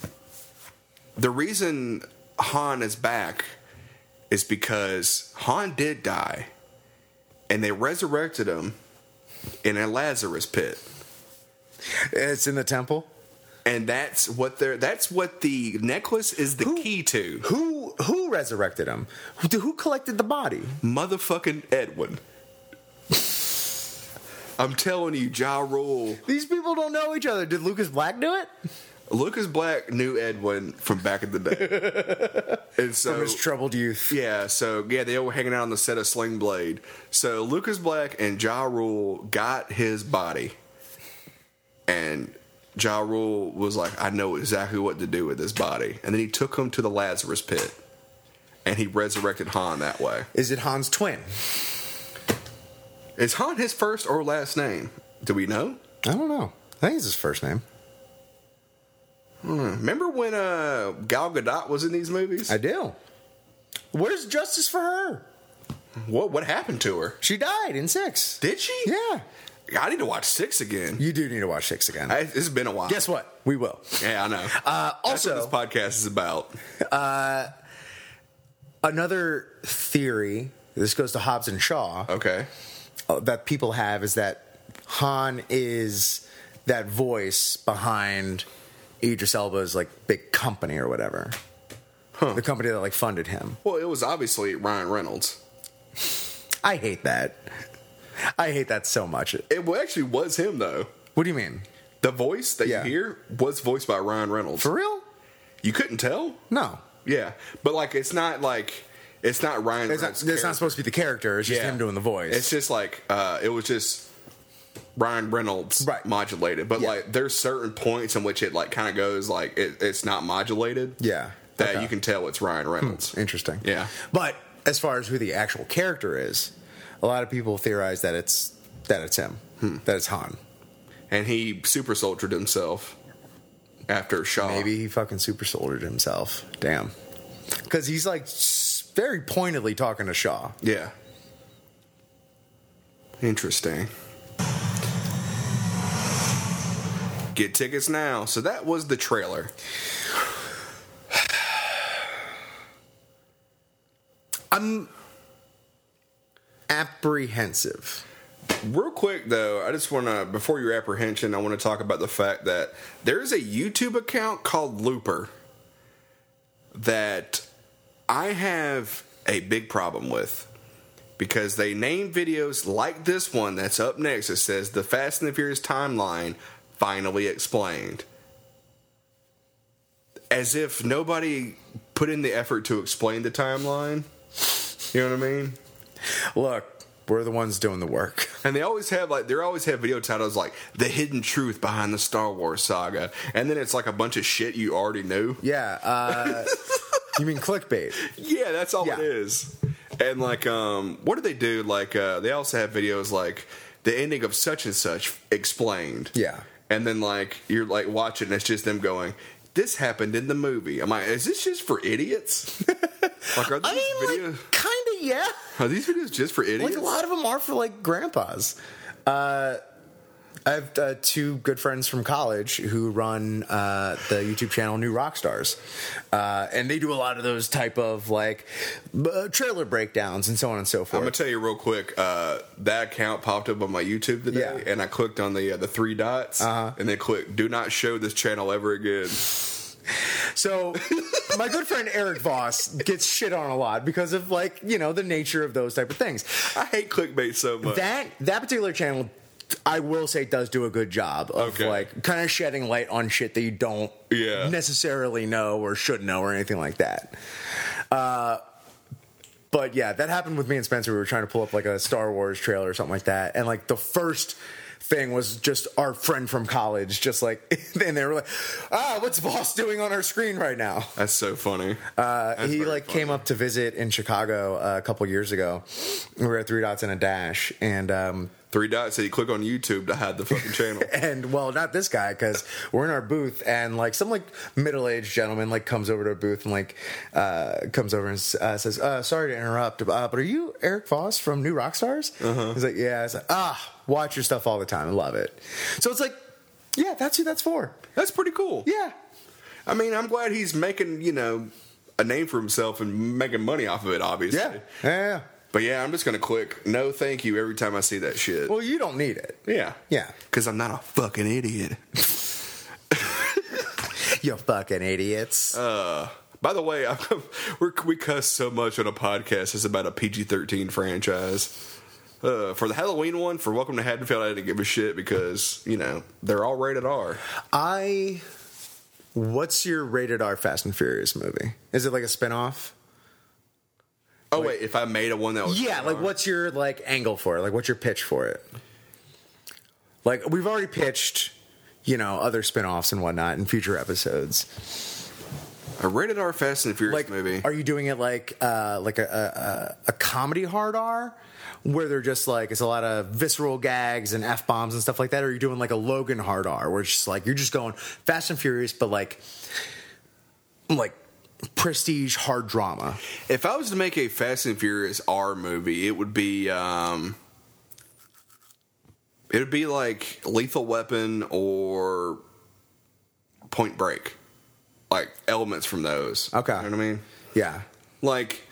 A: the reason Han is back is because Han did die, and they resurrected him in a Lazarus pit,
B: It's in the temple.
A: and that's what they're. That's what the necklace is the key to.
B: Who who resurrected him? Who, who collected the body?
A: Motherfucking Edwin. I'm telling you, Ja Rule.
B: These people don't know each other. Did Lucas Black do it?
A: Lucas Black knew Edwin from back in the day, and so
B: From his troubled youth.
A: Yeah, so yeah, they were hanging out on the set of Sling Blade. So Lucas Black and Ja Rule got his body. And Ja Rule was like, I know exactly what to do with this body. And then he took him to the Lazarus pit. And he resurrected Han that way.
B: Is it Han's twin?
A: Is Han his first or last name? Do we know?
B: I don't know. I think it's his first name.
A: Remember when uh, Gal Gadot was in these movies?
B: I do. Where's justice for her?
A: what what happened to her?
B: She died in six.
A: Did she?
B: Yeah.
A: I need to watch six again.
B: You do need to watch six again.
A: I, it's been a while.
B: Guess what? We will.
A: Yeah, I know.
B: Uh, also,
A: That's what this podcast is about.
B: another theory. This goes to Hobbs and Shaw
A: Okay.
B: uh, that people have is that Han is that voice behind Idris Elba's like big company or whatever, the company that like funded him.
A: Well, it was obviously Ryan Reynolds.
B: I hate that. I hate that so much.
A: It wa- actually was him though.
B: What do you mean?
A: The voice that
B: Yeah.
A: you hear was voiced by Ryan Reynolds.
B: For real?
A: You couldn't tell.
B: No.
A: Yeah, but like it's not like it's not Ryan.
B: It's
A: Reynolds
B: not, it's not
A: character.
B: supposed to be the character. It's just
A: Yeah.
B: him doing the voice.
A: It's just like uh, it was just Ryan Reynolds
B: Right.
A: modulated. But
B: Yeah.
A: like there's certain points in which it like kind of goes like it, it's not modulated.
B: Yeah.
A: that
B: Okay. Hmm.
A: you can tell it's Ryan Reynolds.
B: Interesting.
A: Yeah.
B: But as far as who the actual character is, a lot of people theorize that it's that it's him.
A: Hmm.
B: That it's Han.
A: And he super soldiered himself after Shaw.
B: Maybe he fucking super soldiered himself. Damn. Cause he's like s- very pointedly talking to Shaw.
A: Yeah. Interesting. Get tickets now. So that was the trailer.
B: I'm apprehensive.
A: Real quick though, I just want to before your apprehension, I want to talk about the fact that there's a YouTube account called Looper that I have a big problem with because they name videos like this one that's up next. It says the Fast and the Furious timeline finally explained. As if nobody put in the effort to explain the timeline. You know what I mean?
B: Look, we're the ones doing the work.
A: And they always have like they always have video titles like "The Hidden Truth Behind the Star Wars Saga," and then it's like a bunch of shit you already knew.
B: Yeah. Uh, you mean clickbait?
A: Yeah, that's all
B: Yeah.
A: it is. And like, um, what do they do? Like, uh, they also have videos like the ending of such and such explained.
B: Yeah.
A: And then like you're like watching, and it's just them going, "This happened in the movie." I'm like, is this just for idiots? like, are these
B: I mean,
A: videos?
B: like, kind of, yeah.
A: are these videos just for idiots?
B: Like a lot of them are for like grandpas. Uh, I have uh, two good friends from college who run uh, the YouTube channel New Rock Stars, uh, and they do a lot of those type of like b- uh, trailer breakdowns and so on and so
A: I'm
B: forth.
A: gonna tell you real quick. Uh, that account popped up on my YouTube today,
B: Yeah.
A: and I clicked on the uh, the three dots,
B: Uh-huh.
A: and they clicked "Do not show this channel ever again."
B: So my good friend Eric Voss gets shit on a lot because of like you know the nature of those type of things.
A: I hate clickbait so much.
B: That that particular channel, I will say, does do a good job of
A: Okay.
B: like kind of shedding light on shit that you don't
A: Yeah.
B: necessarily know or should know or anything like that. Uh, but yeah, that happened with me and Spencer. We were trying to pull up like a Star Wars trailer or something like that, and like the first. Thing was just our friend from college, just like, and they were like, "Ah, what's Voss doing on our screen right now?"
A: That's so funny. Uh,
B: he like came up to visit in Chicago uh, a couple years ago. We were at Three Dots and a Dash, and um,
A: three dots, and you click on YouTube to hide the fucking channel.
B: and well, not this guy because we're in our booth, and like some like middle aged gentleman like comes over to our booth and like uh, comes over and s- uh, says, uh, "Sorry to interrupt, uh, but are you Eric Voss from New Rock Stars?" He's like, "Yeah." I was like, "Ah, watch your stuff all the time. I love it." So it's like, yeah, that's who that's for.
A: That's pretty cool.
B: Yeah,
A: I mean, I'm glad he's making you know a name for himself and making money off of it. Obviously,
B: yeah, yeah. yeah.
A: But yeah, I'm just gonna click no, thank you every time I see that shit.
B: Well, you don't need it.
A: yeah,
B: Yeah.
A: because I'm not a fucking idiot.
B: You fucking idiots.
A: By the way, I'm, we're, we cuss so much on a podcast. It's about a PG-13 franchise. Uh, for the Halloween one, for Welcome to Haddonfield, I didn't give a shit because you know they're all rated R.
B: I. What's your rated R Fast and Furious movie? Is it like a spinoff?
A: Oh wait, if I made a one that was
B: Yeah,
A: rated
B: like
A: R.
B: what's your like angle for it? Like what's your pitch for it? Like we've already pitched, you know, other spin-offs and whatnot in future episodes.
A: a rated R Fast and Furious
B: Like
A: movie.
B: are you doing it like uh like a a, a, a comedy hard R? Where they're just like it's a lot of visceral gags and f bombs and stuff like that. Or are you doing like a Logan hard R, where it's just like you're just going fast and furious, but like like prestige hard drama.
A: If I was to make a Fast and Furious R movie, it would be um it would be like Lethal Weapon or Point Break. Like elements from those.
B: Okay.
A: You know what I mean?
B: Yeah,
A: Like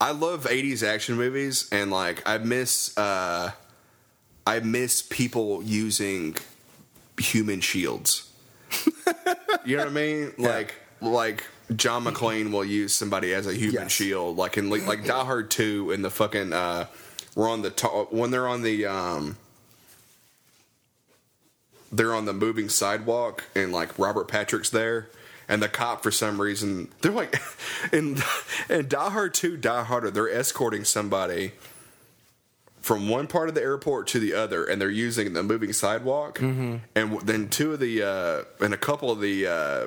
A: I love 80s action movies and like I miss uh I miss people using human shields. you know what I mean? Like like John McClane will use somebody as a human
B: Yes.
A: shield, like in like, like Die Hard Two in the fucking uh, we're on the top when they're on the um, they're on the moving sidewalk and like Robert Patrick's there. And the cop, for some reason, they're like, in, in Die Hard 2, Die Harder, they're escorting somebody from one part of the airport to the other, and they're using the moving sidewalk. And w- then two of the uh, and a couple of the uh,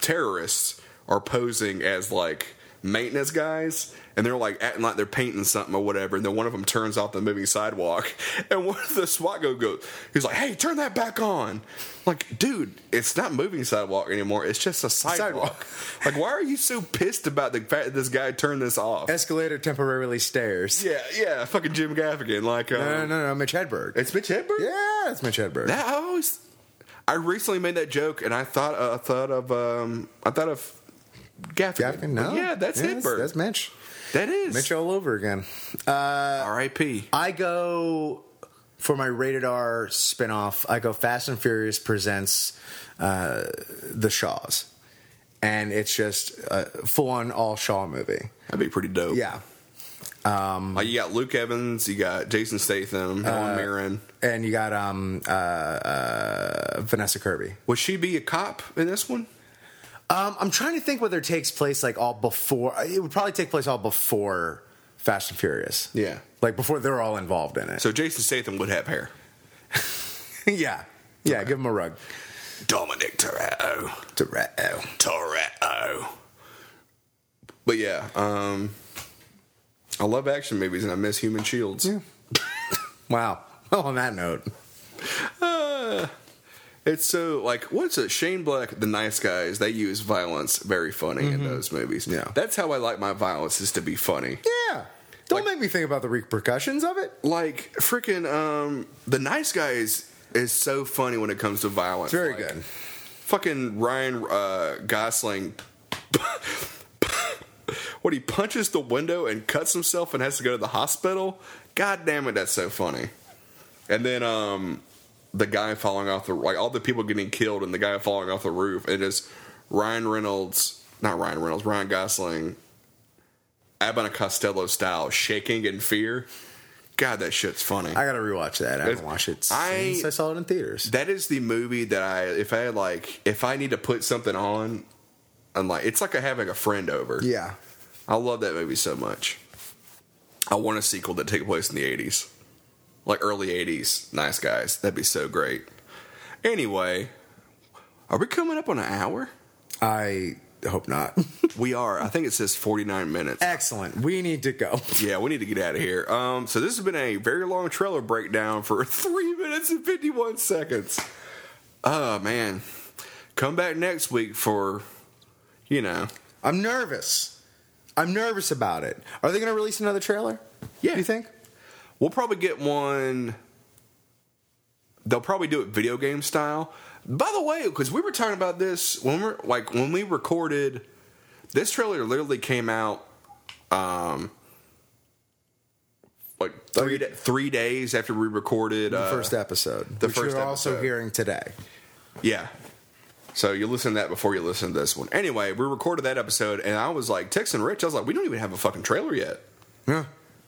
A: terrorists are posing as like maintenance guys, and they're like acting like they're painting something or whatever. And then one of them turns off the moving sidewalk, and one of the SWAT go goes, he's like, "Hey, turn that back on!" Like, dude, it's not moving sidewalk anymore. It's just a sidewalk. like, why are you so pissed about the fact that this guy turned this off?
B: escalator temporarily stairs.
A: Yeah, yeah, fucking Jim Gaffigan. Like, um,
B: No, no, no, no, Mitch Hedberg.
A: it's Mitch Hedberg.
B: yeah, it's Mitch Hedberg.
A: that I always. I recently made that joke, and I thought uh, I thought of um I thought of Gaffigan.
B: Gaffigan, no,
A: yeah, that's Hedberg.
B: That's, that's Mitch.
A: that is
B: Mitch all over again.
A: R.I.P.
B: I go for my rated R spinoff. I go Fast and Furious presents uh, the Shaws, and it's just a full on all Shaw movie.
A: That'd be pretty dope.
B: Yeah,
A: like you got Luke Evans, you got Jason Statham,
B: Uh,
A: Helen Mirren.
B: and you got um uh, uh, Vanessa Kirby.
A: Would she be a cop in this one?
B: Um, I'm trying to think whether it takes place like all before. It would probably take place all before Fast and Furious.
A: Yeah.
B: Like before they're all involved in it.
A: So Jason Statham would have hair.
B: yeah. Yeah, give him a rug.
A: Dominic Toretto.
B: Toretto.
A: Toretto. But yeah, um, I love action movies, and I miss Human Shields.
B: Wow. Well, on that note,
A: Uh, it's so like what's it? Shane Black, the nice guys, they use violence very funny in those movies.
B: Mm-hmm. Yeah.
A: that's how I like my violence is to be funny.
B: yeah, Don't make me think about the repercussions of it.
A: like freaking um the nice guys is so funny when it comes to violence.
B: It's very
A: Like,
B: good.
A: Fucking Ryan uh, Gosling. when he punches the window and cuts himself and has to go to the hospital. God damn it, that's so funny. And then um the guy falling off the like all the people getting killed and the guy falling off the roof and just Ryan Reynolds, not Ryan Reynolds, Ryan Gosling, Abbott and Costello style, shaking in fear. God, that shit's funny.
B: I gotta rewatch that. I haven't
A: It's-
B: watched it
A: I-
B: since I, saw it in theaters.
A: That is the movie that I, if I like, if I need to put something on, I'm like, it's like having a friend over.
B: yeah,
A: I love that movie so much. I want a sequel that take place in the 80s, like early 80s. Nice guys, that'd be so great. Anyway, are we coming up on an hour?
B: I hope not.
A: We are. I think it says 49 minutes.
B: Excellent. We need to go.
A: Yeah, we need to get out of here. Um, so this has been a very long trailer breakdown for three minutes and fifty-one seconds. Oh man, come back next week for, you know,
B: I'm nervous. I'm nervous about it. Are they gonna release another trailer?
A: Yeah.
B: Do you think?
A: we'll probably get one. They'll probably do it video game style. By the way, because we were talking about this when we're like when we recorded, this trailer literally came out, um, like three da- three days after we recorded
B: The
A: uh,
B: first episode.
A: the
B: which
A: first
B: you're also
A: episode.
B: hearing today.
A: Yeah. So you listen to that before you listen to this one. Anyway, we recorded that episode, and I was like texting Rich. I was like, "We don't even have a fucking trailer yet."
B: Yeah.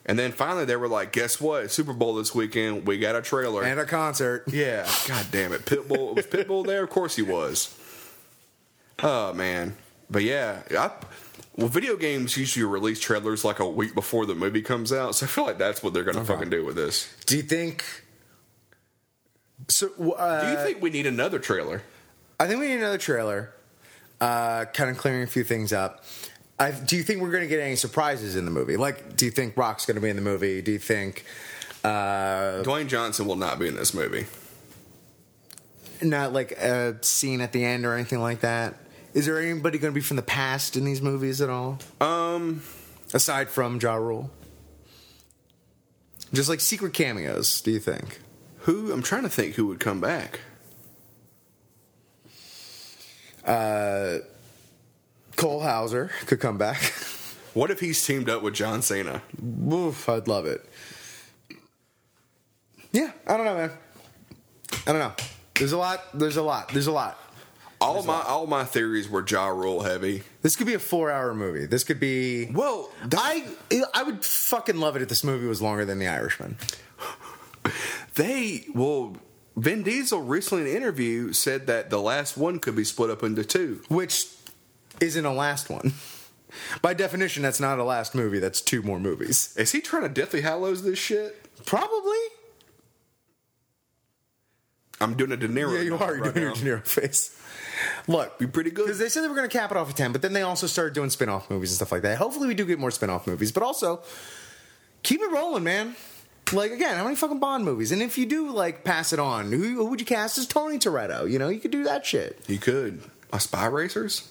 A: And then finally, they were like, "Guess what? Super Bowl this weekend. We got a trailer."
B: And a concert.
A: yeah. God damn it, Pitbull was Pitbull there. Of course he was. Oh man. But yeah, I, well, video games usually release trailers like a week before the movie comes out, so I feel like that's what they're gonna fucking do with this.
B: Do you think? So uh,
A: Do you think we need another trailer?
B: I think we need another trailer. Uh, kind of clearing a few things up. I, do you think we're going to get any surprises in the movie? Like, do you think Rock's going to be in the movie? Do you think? uh,
A: Dwayne Johnson will not be in this movie.
B: not like a scene at the end or anything like that. Is there anybody going to be from the past in these movies at all?
A: Um.
B: Aside from Ja Rule? Just like secret cameos, do you think?
A: Who I'm trying to think who would come back.
B: Cole Hauser could come back.
A: What if he's teamed up with John Cena?
B: Woof, I'd love it. Yeah, I don't know, man. I don't know. There's a lot. There's a lot. There's a lot.
A: All my all my theories were jaw rule heavy.
B: This could be a four-hour movie. This could be.
A: Well,
B: I I would fucking love it if this movie was longer than The Irishman.
A: they well Vin Diesel recently in an interview said that the last one could be split up into two.
B: which isn't a last one. By definition, that's not a last movie. That's two more movies.
A: Is he trying to Deathly Hallows this shit?
B: Probably.
A: I'm doing a De Niro.
B: Yeah, you are. You're
A: right
B: doing your
A: now.
B: De Niro face. Look,
A: Be pretty good.
B: because they said they were going to cap it off at ten, but then they also started doing spin-off movies and stuff like that. Hopefully, we do get more spin-off movies, but also keep it rolling, man. Like again, how many fucking Bond movies? And if you do like pass it on, who, who would you cast as Tony Toretto? You know, you could do that shit.
A: He could. A Spy Racers?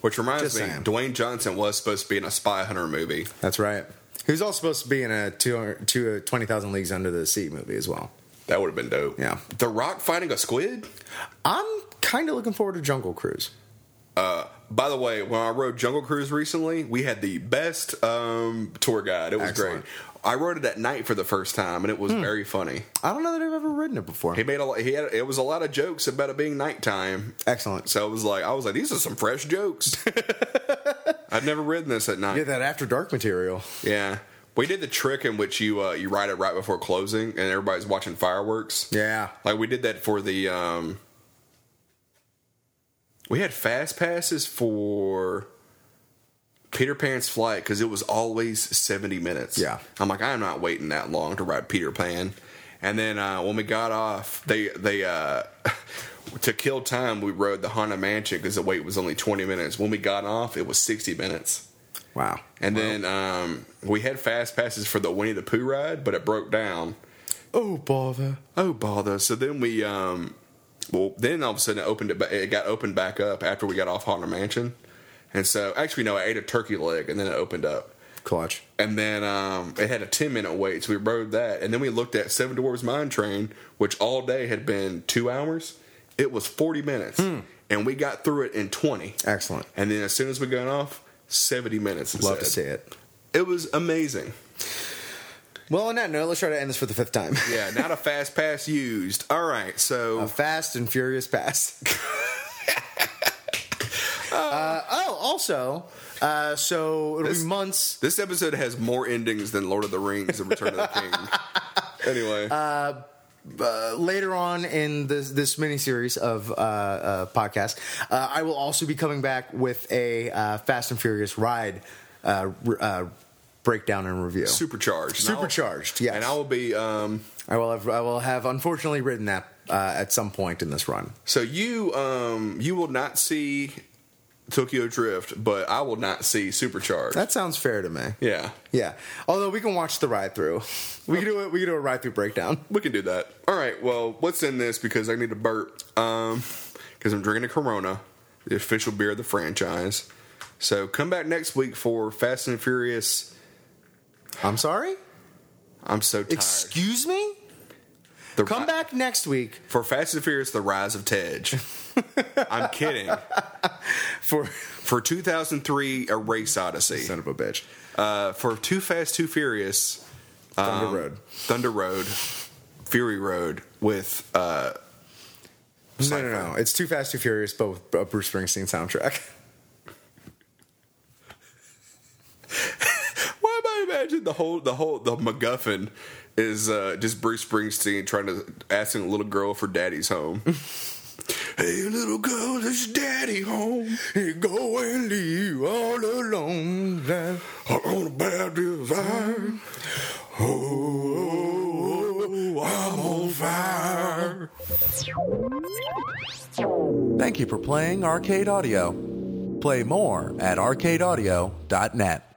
A: Which reminds
B: Just
A: me,
B: saying.
A: Dwayne Johnson was supposed to be in a Spy Hunter movie.
B: That's right. Who's all supposed to be in a two, two, 20,000 Leagues Under the Sea movie as well.
A: That would have been dope.
B: Yeah.
A: The Rock fighting a squid?
B: I'm kind of looking forward to Jungle Cruise.
A: Uh, By the way, when I rode Jungle Cruise recently, we had the best um, tour guide. It was
B: Excellent.
A: great. I rode it at night for the first time, and it was very funny.
B: I don't know that I've ever ridden it before.
A: He made a lot, he had it was a lot of jokes about it being nighttime.
B: Excellent.
A: So I was like, I was like, these are some fresh jokes. I've never ridden this at night.
B: Get that after dark material.
A: Yeah, we did the trick in which you uh, you ride it right before closing, and everybody's watching fireworks.
B: Yeah.
A: Like we did that for the um we had fast passes for Peter Pan's flight cuz it was always 70 minutes.
B: Yeah.
A: I'm like I'm not waiting that long to ride Peter Pan. And then uh when we got off, they they uh to kill time we rode the Haunted Mansion cuz the wait was only 20 minutes. When we got off, it was 60 minutes.
B: Wow.
A: And then um we had fast passes for the Winnie the Pooh ride, but it broke down.
B: Oh, bother.
A: Oh bother! So then we, um well, then all of a sudden it opened it. ba- It got opened back up after we got off Haunted Mansion, and so actually no, I ate a turkey leg and then it opened up.
B: Clutch.
A: and then um, it had a 10 minute wait so we rode that and then we looked at seven dwarves mine train which all day had been two hours it was 40 minutes
B: Hmm.
A: and we got through it in 20
B: Excellent.
A: and then as soon as we got off 70 minutes it
B: Love to
A: said.
B: see it.
A: it was amazing
B: Well, on that note, let's try to end this for the fifth time.
A: yeah not a fast pass used all right so
B: A fast and furious pass. uh, oh, also, uh, so it'll
A: This-
B: be months
A: this episode has more endings than lord of the rings and return of the king anyway
B: uh, later on in this this mini series of uh, uh, podcast, uh, I will also be coming back with a uh, Fast and Furious ride uh, re- uh, breakdown and review.
A: supercharged And I'll-
B: Supercharged, yes.
A: and i will be um,
B: I will have I will have unfortunately written that uh, at some point in this run.
A: So you um you will not see Tokyo Drift, but I will not see Supercharged.
B: That sounds fair to me.
A: yeah.
B: Yeah. Although we can watch the ride through. We can do it. We can do a ride through breakdown.
A: We can do that. All right. Well, what's in this because I need to burp. Um because I'm drinking a Corona, the official beer of the franchise. So come back next week for Fast and Furious.
B: I'm sorry.
A: I'm so tired.
B: Excuse me.
A: The
B: Come
A: ri-
B: back next week
A: for Fast and Furious: The Rise of Tej. I'm kidding.
B: for
A: For 2003, A Race Odyssey.
B: son of a bitch.
A: Uh, for Too Fast, Too Furious. um,
B: Thunder Road.
A: Thunder Road, Fury Road with uh
B: No, no, no. It's Too Fast, Too Furious, but with a Bruce Springsteen soundtrack.
A: why am I imagining the whole the whole the MacGuffin is uh just Bruce Springsteen trying to asking a little girl for daddy's home. hey little girl, is your daddy home?
B: You go and leave you all alone. That
A: I want a bad desire. Oh, oh, oh, I'm on fire.
F: Thank you for playing Arcade Audio. Play more at arcadeaudio.net.